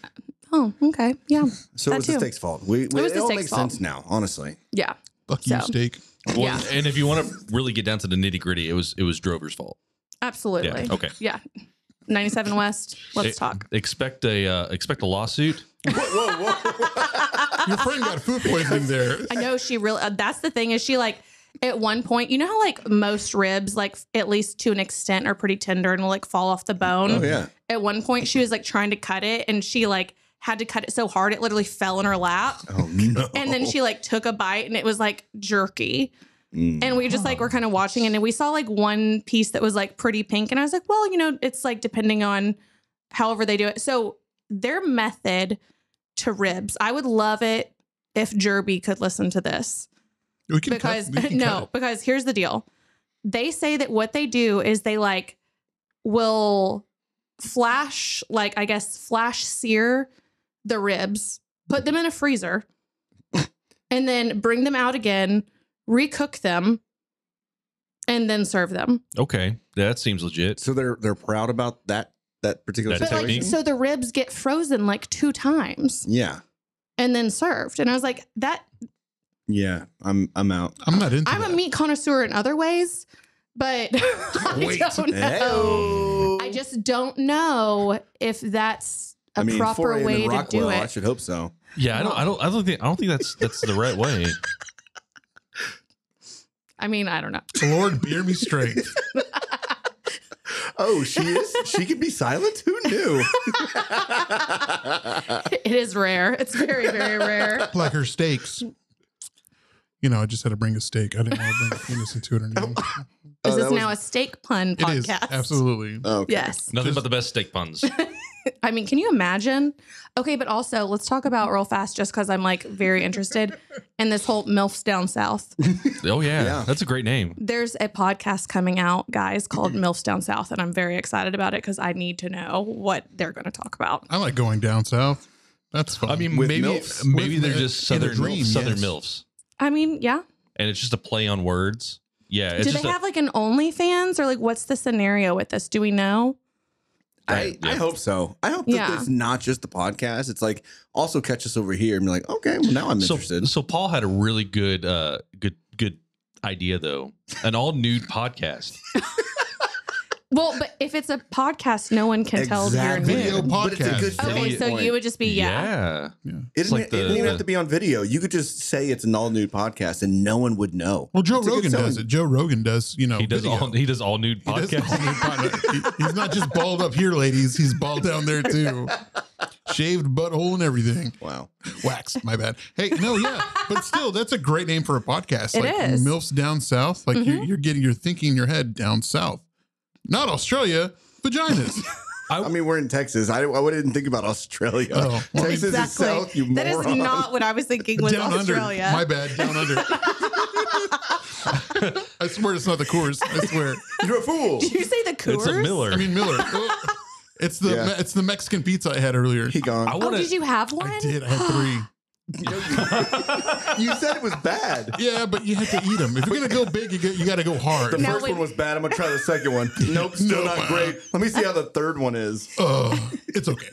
A: oh, okay. Yeah.
C: So
A: That
C: it was the
A: too.
C: steak's fault. We, we,
A: was
C: it,
A: the
C: all
A: steak's
C: makes
A: fault.
C: sense now, honestly.
A: Yeah.
B: Fuck you,
A: So.
B: steak.
D: Well,
A: Yeah.
D: And if you want to really get down to the nitty gritty, it was it was Drover's fault.
A: Absolutely.
D: Yeah. Okay.
A: Yeah. 97 West. Let's
D: E-
A: talk.
D: Expect a uh, expect a lawsuit.
C: whoa, whoa, whoa.
B: Your friend got food poisoning there.
A: I know she really, uh, that's the thing is she like, at one point, you know how like most ribs, like f- at least to an extent, are pretty tender and will like fall off the bone.
C: Oh yeah.
A: At one point, she was like trying to cut it and she like had to cut it so hard it literally fell in her lap.
C: Oh no.
A: And then she like took a bite and it was like jerky.
C: Mm.
A: And we just like were kind of watching it, and we saw like one piece that was like pretty pink. And I was like, well, you know, it's like depending on however they do it. So their method to ribs, I would love it if Jerby could listen to this
B: We can cut-
A: because
B: we can cut
A: no,
B: it.
A: because here's the deal. they say that what they do is they like will flash, like I guess flash sear the ribs, put them in a freezer, and then bring them out again, recook them, and then serve them.
D: Okay, that seems legit.
C: So they're they're proud about that that particular
D: That
A: But like,
D: technique?
A: so the ribs get frozen like two times
C: yeah,
A: and then served. And I was like, that
C: yeah. I'm I'm out.
B: I'm not into
A: I'm a
B: that.
A: meat connoisseur in other ways, but I
C: Wait.
A: don't know. I just don't know if that's a proper
C: a.m. in
A: way to do
C: Rockwell, I
A: it.
C: should hope so.
D: Yeah, I don't, I don't, I don't think, I don't think that's that's the right way.
A: I mean, I don't know.
B: Lord, bear me strength.
C: Oh, she is. she can be silent. Who knew?
A: It is rare. It's very, very rare.
B: like her steaks. You know, I just had to bring a steak. I didn't want to bring penis into it or anything.
A: This
C: Oh,
A: is
C: that
A: now a steak pun
B: it is
A: podcast.
B: absolutely.
C: Oh, okay.
A: Yes.
D: Nothing but the best steak puns.
A: I mean, can you imagine? Okay, but also let's talk about real fast just because I'm like very interested in this whole MILFs Down South.
D: Oh yeah,
C: Yeah.
D: that's a great name.
A: There's a podcast coming out, guys, called MILFs Down South, and I'm very excited about it because I need to know what they're going to talk about.
B: I like going down south. That's fun.
D: I mean,
C: With
D: maybe
C: milfs?
D: maybe
B: With
D: they're
B: the-
D: just
B: in a
D: southern
B: dream,
D: milfs, southern
B: yes.
D: milfs,
A: I mean, yeah.
D: and it's just a play on words. Yeah, it's
A: Do
D: just
A: they
D: a,
A: have like an OnlyFans or like what's the scenario with this? Do we know?
C: I, I
D: Yeah.
C: hope so. I hope that
A: Yeah.
C: it's not just the podcast. It's like also catch us over here and be like, okay, well now I'm
D: so,
C: interested.
D: So Paul had a really good, uh, good, good idea though. An all nude podcast.
A: Well, but if it's a podcast, no one can tell if you're
C: Exactly.
A: nude.
B: Video
C: But it's a
B: podcast.
C: good
A: Okay,
C: video
A: so
C: point.
A: you would just be yeah.
D: yeah.
C: It doesn't,
D: like
C: it doesn't
D: the-
C: even
D: the-
C: have to be on video. You could just say it's an all nude podcast and no one would know.
B: well, Joe
C: It's a good
B: Rogan does
C: selling-
B: it. Joe Rogan does, you know,
D: He does
B: video.
D: all Oh, he does all nude
B: He does all
D: podcasts.
B: new pod- he- he's not just bald up here, ladies. He's bald down there too. Shaved butthole and everything.
C: Wow.
B: Waxed, my bad. Hey, no, yeah. But still, that's a great name for a podcast.
A: It
B: like
A: is. Mm-hmm.
B: MILFs down south. Like you're, you're getting, you're thinking in your head down south. Not Australia, vaginas.
C: I mean, we're in Texas. I, I wouldn't think about Australia.
B: Oh, well, I mean-
C: Texas is south, you
A: that is
C: moron.
A: not what I was thinking was
B: down
A: Australia.
B: under. My bad. Down under. I swear it's not the Coors. I swear.
C: You're a fool.
A: Did you say the Coors?
D: It's a Miller.
B: I mean Miller. Oh, It's the
C: Yeah.
B: it's the Mexican pizza I had earlier.
C: He gone.
D: I
A: Oh,
D: want
A: did
D: to.
A: you have one?
B: I did. I had three.
C: you said it was bad.
B: Yeah, but you had to eat them. If you're gonna go big, you, got- you got to go hard.
C: The
A: Now
C: first
A: wait.
C: one was bad. I'm gonna try the second one. Nope, still
B: No,
C: not
B: wow.
C: great. Let me see how the third one is.
B: Oh, it's okay.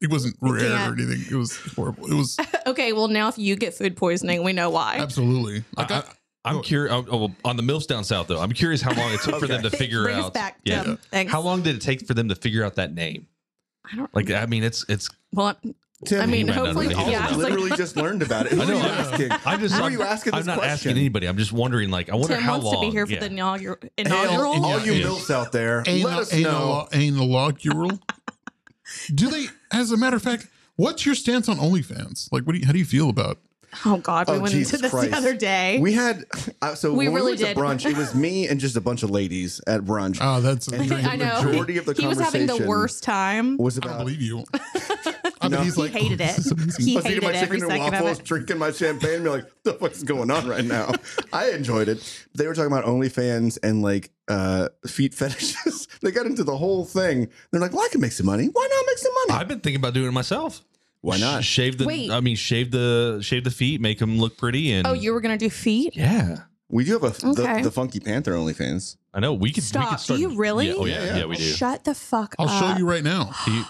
B: It wasn't rare
A: Yeah.
B: or anything. It was horrible. It was
A: Okay, well now if you get food poisoning, we know why.
B: absolutely. Like I,
D: I, am curious oh, on the milfs down south though. I'm curious how long it took for them to
A: Th-
D: figure
A: Bring
D: out.
A: us back.
D: yeah.
A: Tim. Thanks.
D: How long did it take for them to figure out that name?
A: I don't
D: Like, uh, I mean, it's it's.
A: well,
C: Tim,
A: I mean,
D: might not
A: hopefully,
D: know. He
A: yeah.
C: I
A: it's like-
C: literally just learned about it. Who
D: I
C: are
D: know,
C: you
D: I-
C: asking?
D: I just.
C: Who
D: I'm,
C: are you asking
D: I'm
C: this
D: not asking
C: question?
D: anybody. I'm just wondering. Like, I wonder
A: Tim
D: how
A: wants
D: long.
A: to be here for
D: yeah.
A: the inaugural.
C: All,
A: inaugural?
C: all you
D: Yeah.
C: milfs out there, let
B: anal,
C: us know.
B: anal, analogurel. Do they? As a matter of fact, what's your stance on OnlyFans? Like, what do you? How do you feel about?
A: Oh God, we
C: Oh,
A: went
C: Jesus
A: into this
C: Christ.
A: the other day.
C: We had uh, so
A: We
C: when
A: really
C: we went
A: did.
C: to brunch. It was me and just a bunch of ladies at brunch.
B: Oh, that's.
C: And
A: I know.
C: majority of the
A: he was having the
C: conversation
A: worst time.
C: was
B: I don't
C: about
B: believe you. I mean,
C: No.
B: he's
A: He
B: like, "Oh,
A: hated
B: "This is
A: it.
B: amazing."
A: He
C: I was eating
A: hated
C: my
A: every
C: chicken and
A: second
C: waffles,
A: of it.
C: drinking my champagne, be like, the fuck's going on right now? I enjoyed it. They were talking about OnlyFans and like uh feet fetishes. they got into the whole thing. They're like, well, I can make some money. Why not make some money?
D: I've been thinking about doing it myself.
C: Why not?
D: Sh- shave the?
A: Wait.
D: I mean, shave the shave the feet, make them look pretty, and
A: Oh, you were gonna do feet?
D: yeah.
C: we do have a
A: Okay.
C: the, the Funky Panther OnlyFans.
D: I know we could. We
A: Stop.
D: could
A: Do
D: start,
A: you really?
D: Yeah, oh yeah,
C: Yeah,
D: yeah,
C: yeah.
D: we do.
A: Shut the fuck
B: I'll
A: up.
B: show you right now.
D: He,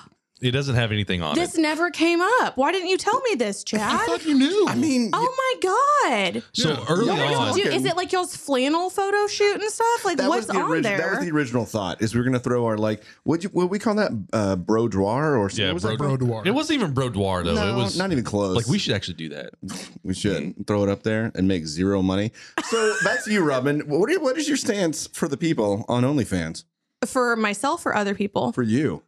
D: it doesn't have anything on
A: This
D: it.
A: never came up. Why didn't you tell me this,
B: I
A: Chad?
B: thought you knew.
C: I mean,
A: Oh my God.
D: So
B: Yeah.
D: early
C: Yeah,
A: Y'all
D: on,
A: do- is it like y'all's flannel photo shoot and stuff? Like
C: that
A: what's
C: was the
A: on
C: orig- That was
A: there?
C: the original thought is we are gonna throw our like would you would we call that uh brodroir or something?
D: Yeah,
C: What was that?
D: bro-
B: Brodoir.
D: it wasn't even boudoir though.
C: No,
D: it was
C: not even close.
D: like we should actually do that.
C: we
D: Mm-hmm.
C: should throw it up there and make zero money. So that's you, Robin. What are- what is your stance for the people on OnlyFans?
A: For myself or other people?
C: For you,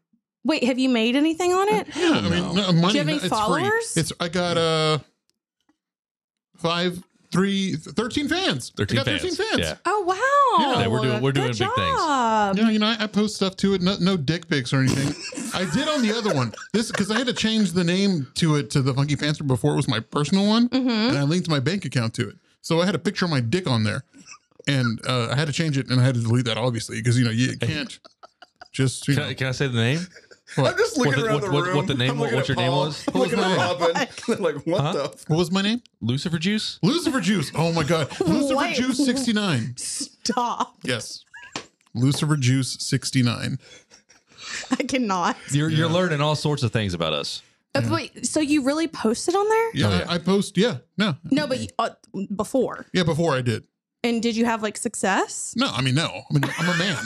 A: Wait, have you made anything on it?
B: Yeah, I mean, no, money,
A: have any
B: it's
A: followers?
B: Free. It's I got uh five, three, 13 fans. I
D: 13
B: got
D: fans. Yeah.
A: Oh wow.
D: Yeah, we're doing- we're doing
A: Good
D: big things.
A: job.
B: Yeah, you know, I, I post stuff to it. No, no dick pics or anything. I did on the other one. This because I had to change the name to it to the Funky Panther
A: Mm-hmm.
B: before it was my personal one, and I linked my bank account to it. So I had a picture of my dick on there. and uh, I had to change it, and I had to delete that obviously because you know you can't just you
D: Can
B: know,
D: I, can I say the name?
B: What?
C: I'm just
D: What
C: looking
D: the-
C: around
D: what-
C: the
D: what-
C: room.
D: what the name-
C: I'm looking
D: what
C: at
D: your name
C: Paul.
D: was?
C: I'm looking at Robin. like what
D: Huh?
C: the? F-
B: what was my name?
D: Lucifer Juice?
B: Lucifer Juice. Oh my god, Lucifer
A: Wait.
B: Juice sixty nine.
A: Stop.
B: Yes, Lucifer Juice sixty nine.
A: I cannot.
D: You're, you're learning all sorts of things about us.
A: Uh, Wait, so you really posted on there?
B: Yeah,
D: Oh, yeah.
B: I, I post. Yeah, no,
A: No, but you- uh, before.
B: yeah. Before I did.
A: And did you have like success?
B: No, I mean no. I mean I'm a man.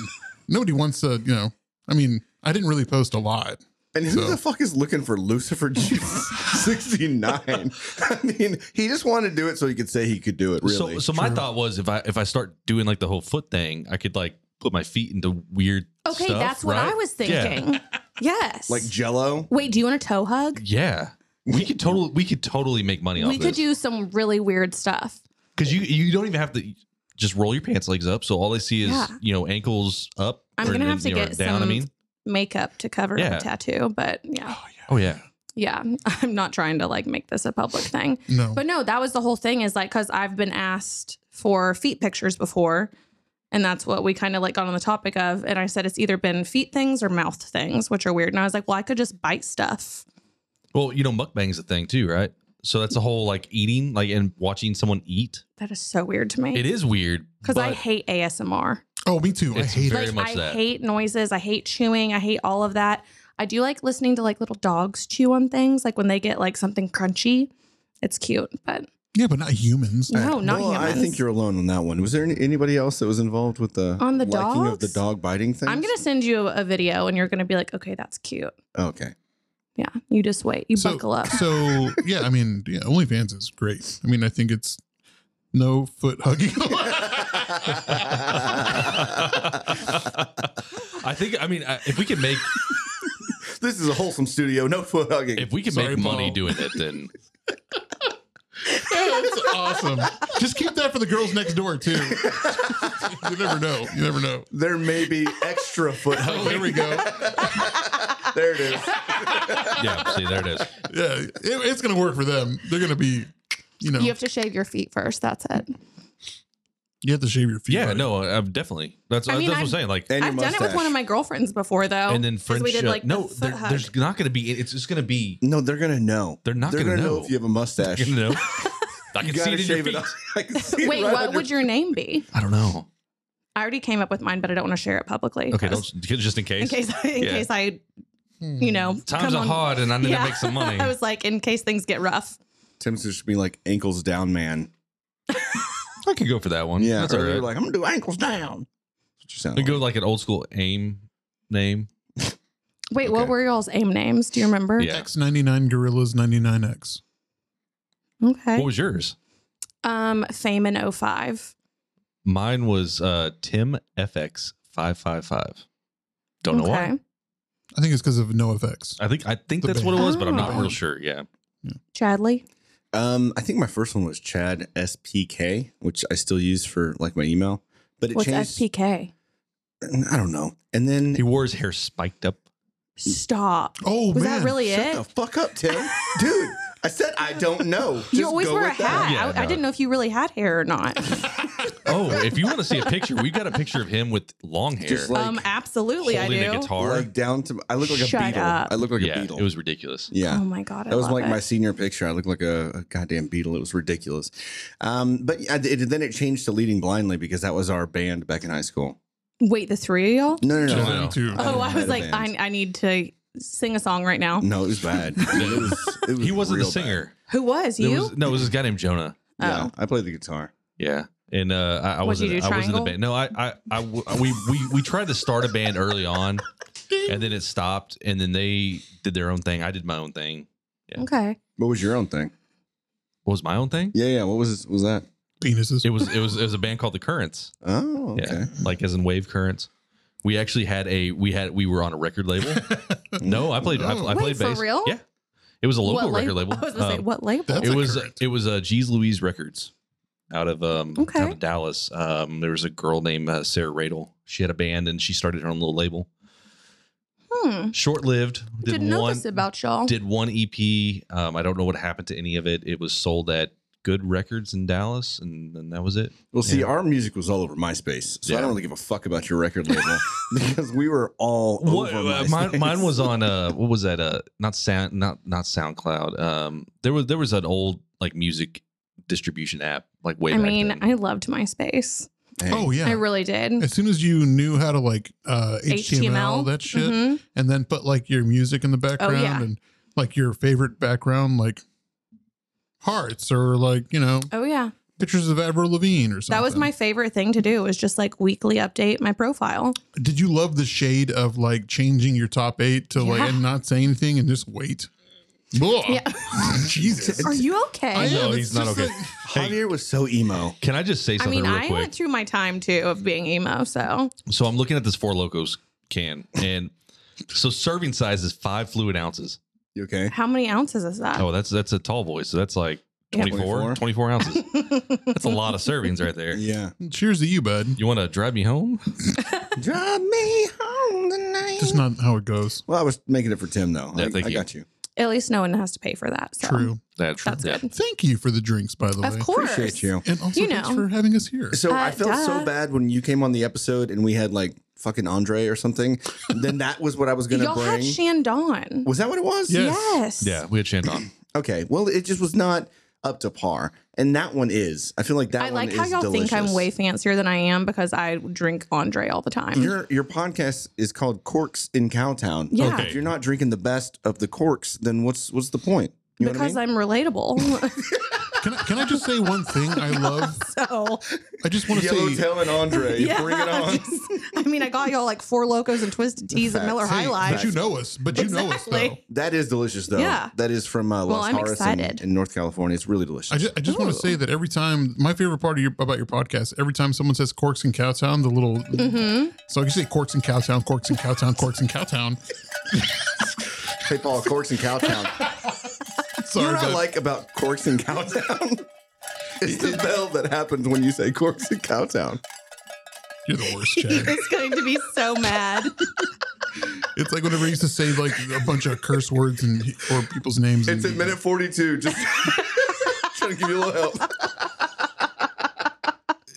B: Nobody wants to. You know. I mean, I didn't really post a lot.
C: and who
B: So-
C: the fuck is looking for Lucifer Jesus 69? I mean, he just wanted to do it so he could say he could do it. Really.
D: So, so my thought was if I if I start doing like the whole foot thing, I could like put my feet into weird.
A: Okay,
D: stuff,
A: that's what
D: right?
A: I was
D: Yeah.
A: thinking. yes.
C: like Jello.
A: Wait, do you want a toe hug?
D: Yeah. We could totally we could totally make money
A: We
D: off
A: could
D: this
A: do some really weird stuff.
D: because you you don't even have to just roll your pants legs up. So all they see is
A: Yeah.
D: you know ankles up.
A: I'm
D: or-
A: gonna have to
D: or
A: get
D: down. I
A: some-
D: mean,
A: Makeup to cover
D: Yeah.
A: a tattoo, but yeah.
D: oh yeah,
A: Yeah. I'm not trying to like make this a public thing.
B: No.
A: But no, that was the whole thing is like because I've been asked for feet pictures before, and that's what we kind of like got on the topic of. And I said it's either been feet things or mouth things, which are weird. And I was like, well, I could just bite stuff.
D: Well, you know, mukbang's a thing too, right? So that's a whole like eating, like and watching someone eat.
A: That is so weird to
D: It
A: me
D: is weird
A: because I
D: but
A: hate ASMR.
B: oh, me too. I
D: It's
B: hate
D: very
A: like
B: it.
D: much
A: I
D: that.
A: hate noises. I hate chewing. I hate all of that. I do like listening to like little dogs chew on things, like when they get like something crunchy. It's cute, but
B: Yeah, but not humans.
A: no, not
C: well,
A: humans.
C: I think you're alone on that one. Was there any, anybody else that was involved with the
A: On the
C: liking of the
A: dogs?
C: dog biting thing?
A: I'm gonna send you a video, and you're gonna be like, okay, that's cute.
C: Okay.
A: Yeah, you just wait. You buckle up.
B: So yeah, I mean, yeah, OnlyFans is great. I mean, I think it's no foot hugging.
D: I think. I mean, I- if we can make
C: this is a wholesome studio. No foot hugging.
D: if we can
B: Sorry,
D: make money
B: Paul.
D: doing it, then
B: That's awesome. Just keep that for the girls next door too. you never know. You never know.
C: there may be extra foot
B: Oh, there
C: hugging.
B: we go.
C: there it is.
D: yeah. See, there it is.
B: Yeah, it, it's gonna work for them. They're gonna be, you know,
A: You have to shave your feet first. That's it.
B: to shave your feet.
D: Yeah,
B: buddy.
D: no, i definitely. That's,
A: I mean,
D: that's what I'm
A: I'm-
D: saying. Like,
C: And your
A: I've done it with
C: mustache.
A: one of my girlfriends before, though.
D: and then
A: 'cause
D: French.
A: We did
D: uh,
A: like no,
D: no,
A: the foot
D: there-
A: hug.
D: there's not going to be. It's just going to be.
C: No, they're gonna know.
D: They're not
C: know.
D: gonna know.
C: if you have a mustache.
D: You know, I
C: You
D: can see
C: gotta
D: it in your
C: shave
D: feet.
C: it. Up. I can see it
A: Wait,
C: right
A: what
C: on
A: would your name be?
D: I don't know.
A: I already came up with mine, but I don't want to share it publicly.
D: Okay,
A: 'cause-
D: don't, just in case.
A: in case I, in
D: Yeah.
A: case I, you know,
D: Times
A: come
D: are
A: on-
D: hard, and I need to make some money.
A: I was like, in case things get rough.
C: Tim's just be like ankles down, man.
D: I could go for that one.
C: Yeah,
D: that's
C: or
D: all
C: you're
D: right.
C: like I'm gonna do ankles down. That's what you sound
D: They
C: like.
D: go like an old school aim name.
A: Wait, what
C: Okay.
A: were y'all's aim names? Do you remember?
D: Yeah.
B: X99 Gorillas 99X.
A: Okay.
D: What was yours?
A: Um, Fame in 05.
D: Mine was uh, Tim FX five five five. Don't know why.
B: I think it's because of no effects.
D: I think I think
B: The
D: that's
B: band.
D: what it was, but I'm not
A: Oh.
D: real sure. Yeah,
A: Chadley.
C: Um, I think my first one was Chad SPK, which I still use for like my email, but it
A: What's
C: changed.
A: FPK?
C: I don't know. And then
D: he wore his hair spiked up.
A: Stop.
B: Oh
A: was
B: man,
A: that really
C: shut
A: it?
C: the fuck up, Tim, dude. I said I don't know.
A: you
C: Just
A: always
C: go
A: wear a
C: with that.
A: hat.
D: Yeah,
A: I, I
D: no.
A: didn't know if you really had hair or not.
D: Oh, if you want to see a picture, we've got a picture of him with long hair,
C: Just like
A: um, absolutely, I
D: holding
A: do.
D: a guitar.
C: Like down to I look like
A: Shut
C: a beetle.
A: up.
C: I look like
D: yeah,
C: a beetle.
D: it was ridiculous.
C: yeah.
A: Oh my god, I
C: That was
A: love
C: like
A: it.
C: my senior picture. I looked like a, a goddamn beetle. It was ridiculous. Um, but I, it, then it changed to Leading Blindly because that was our band back in high school.
A: Wait, the three of y'all?
C: No, no,
B: To
C: no.
D: No.
B: them too.
C: I
A: Oh, I
C: don't know
A: was
C: how
A: like,
C: to
A: I,
C: dance.
A: I need to sing a song right now.
C: No, it was bad. I mean, it was, it was
D: He wasn't
C: real
D: the singer.
A: Who was
D: There
A: you?
D: was- no, it was this guy named Jonah.
C: bad. Yeah,
A: Oh.
C: I played the guitar.
D: Yeah. And uh, I, I
A: What'd
D: wasn't.
A: you do,
D: I wasn't the
A: triangle?
D: band. No, I, I, I w- we, we, we tried to start a band early on, and then it stopped. And then they did their own thing. I did my own thing. Yeah.
A: Okay.
C: What was your own thing?
D: What was my own thing?
C: Yeah, yeah. What was was that?
B: Penises.
D: It was, it was, it was a band called The Currents.
C: Oh, okay.
D: Yeah, like as in wave currents. We actually had a we had we were on a record label. no, I played I, I
A: Wait,
D: played
A: for
D: bass.
A: real?
D: Yeah, it was a local
A: what
D: record label.
A: I was gonna say,
D: Um,
A: what label?
B: That's
D: it
B: a
D: was
B: current.
D: it was uh, G's Louise Records out of um
A: Okay.
D: out of Dallas. Um, there was a girl named uh, Sarah Radel. She had a band and she started her own little label.
A: Hmm.
D: Short lived. Did
A: Didn't know
D: one E
A: this about y'all.
D: did one EP. Um, I don't know what happened to any of it. It was sold at good records in Dallas, and, and that was it.
C: Well, see,
D: Yeah.
C: our music was all over MySpace, so I
D: Yeah.
C: don't really give a fuck about your record label because we were all
D: What,
C: over
D: uh,
C: MySpace.
D: mine, mine was on uh, what was that? Uh, not sound, not not SoundCloud. Um, there was there was an old like music distribution app like way
A: I
D: back
A: mean,
D: then.
A: I loved MySpace.
D: uh,
C: Hey,
B: Oh yeah.
A: I really did.
B: as soon as you knew how to like uh, HTML,
A: HTML,
B: that shit,
A: Mhm.
B: and then put like your music in the background
A: Oh, yeah.
B: and like your favorite background, like hearts or like you know
A: Oh yeah,
B: pictures of Avril Lavigne or something.
A: that was my favorite thing to do was just like weekly update my profile.
B: Did you love the shade of like changing your top eight to like
A: Yeah.
B: and not say anything and just wait? Blah.
A: Yeah.
B: Jesus.
A: Are you okay?
B: I am.
D: No,
B: It's
D: he's not
B: just
D: okay.
B: like-
C: Javier was so emo.
D: Can I just say
A: I
D: something
A: mean,
D: real
A: I
D: quick?
A: went through my time too of being emo. So
D: so I'm looking at this Four Locos can, and so serving size is five fluid ounces.
C: You okay?
A: how many ounces is that?
D: Oh, that's that's a tall boy. So that's like
A: Yeah.
D: 24, 24,
C: 24?
D: ounces. that's a lot of servings right there.
C: Yeah.
B: Cheers to you, bud.
D: You want to drive me home?
C: Drive me home tonight.
B: Just not how it goes.
C: well, I was making it for Tim though.
D: Yeah,
C: I,
D: thank
C: I
D: you.
C: got you.
A: At least no one has to pay for that. So.
B: True.
D: That,
A: That's
D: yeah.
A: good.
B: Thank you for the drinks, by the way.
A: Of course.
C: Appreciate you.
B: And also
A: You
B: thanks
A: know.
B: for having us here.
C: So I
A: Uh,
C: felt so
A: duh.
C: bad when you came on the episode and we had like fucking Andre or something. then that was what I was gonna
A: Y'all had
C: bring.
A: Shandon.
C: was that what it was?
B: Yeah.
A: Yes.
D: Yeah, we had Shandon.
C: Okay. Well, it just was not up to par, and that one is. I feel like that.
A: I like
C: one
A: how
C: is
A: y'all think I'm
C: delicious.
A: way fancier than I am because I drink Andre all the time.
C: Your your podcast is called Corks in Cowtown.
A: Yeah.
D: Okay.
C: If you're not drinking the best of the corks, then what's what's the point? You know what I
A: because
C: mean?
A: I am relatable.
B: Can I, can I just say one thing I love?
A: so
B: I just want to say
C: Yellowtail and Andre,
A: yeah.
C: bring it on.
A: just- I mean, I got y'all like four locos and twisted teas and Miller High
B: Hey, but
A: Life.
B: you know us. But you know us though.
A: Exactly.
C: That is delicious, though.
A: Yeah.
C: That is from uh, Los
A: Well, I'm
C: Jarras in-
A: excited.
C: In, North California. It's really delicious.
B: I just, I just want
A: Ooh.
B: to say that every time my favorite part of your about your podcast, every time someone says Corks and Cowtown, the little
A: Mm-hmm.
B: so I can say Corks and Cowtown, Corks and Cowtown, Corks and Cowtown.
C: they call it Corks in Cowtown. you
B: Sorry,
C: know what I
B: but
C: like about Corks in Cowtown? It's the bell that happens when you say Corks in Cowtown.
B: you're the worst,
A: He
B: Chad.
A: is going to be so mad.
B: it's like whenever I used to say like a bunch of curse words and or people's names.
C: It's at
B: and,
C: minute 42. Just trying to give you a little help.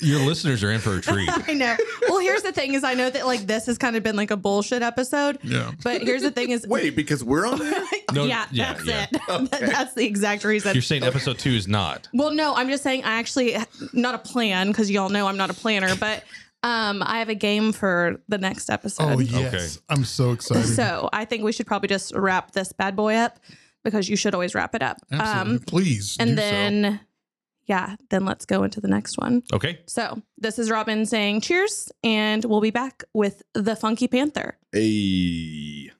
D: Your listeners are in for a treat.
A: I know. Well, here's the thing: is I know that like this has kind of been like a bullshit episode,
B: Yeah.
A: but here's the thing: is
C: Wait, because we're on there?
D: No,
A: yeah,
D: yeah,
A: that's
D: yeah.
A: it. that's the exact reason.
D: You're saying episode two is not.
A: Well, no, I'm just saying I actually not a plan because y'all know I'm not a planner, but um, I have a game for the next episode.
B: Oh yes, I'm so excited.
A: So I think we should probably just wrap this bad boy up because you should always wrap it up. Um,
B: Absolutely. Please. do
A: and then, yeah, then let's go into the next one.
D: Okay.
A: So this is Robin saying cheers, and we'll be back with the Funky Panther.
C: Hey.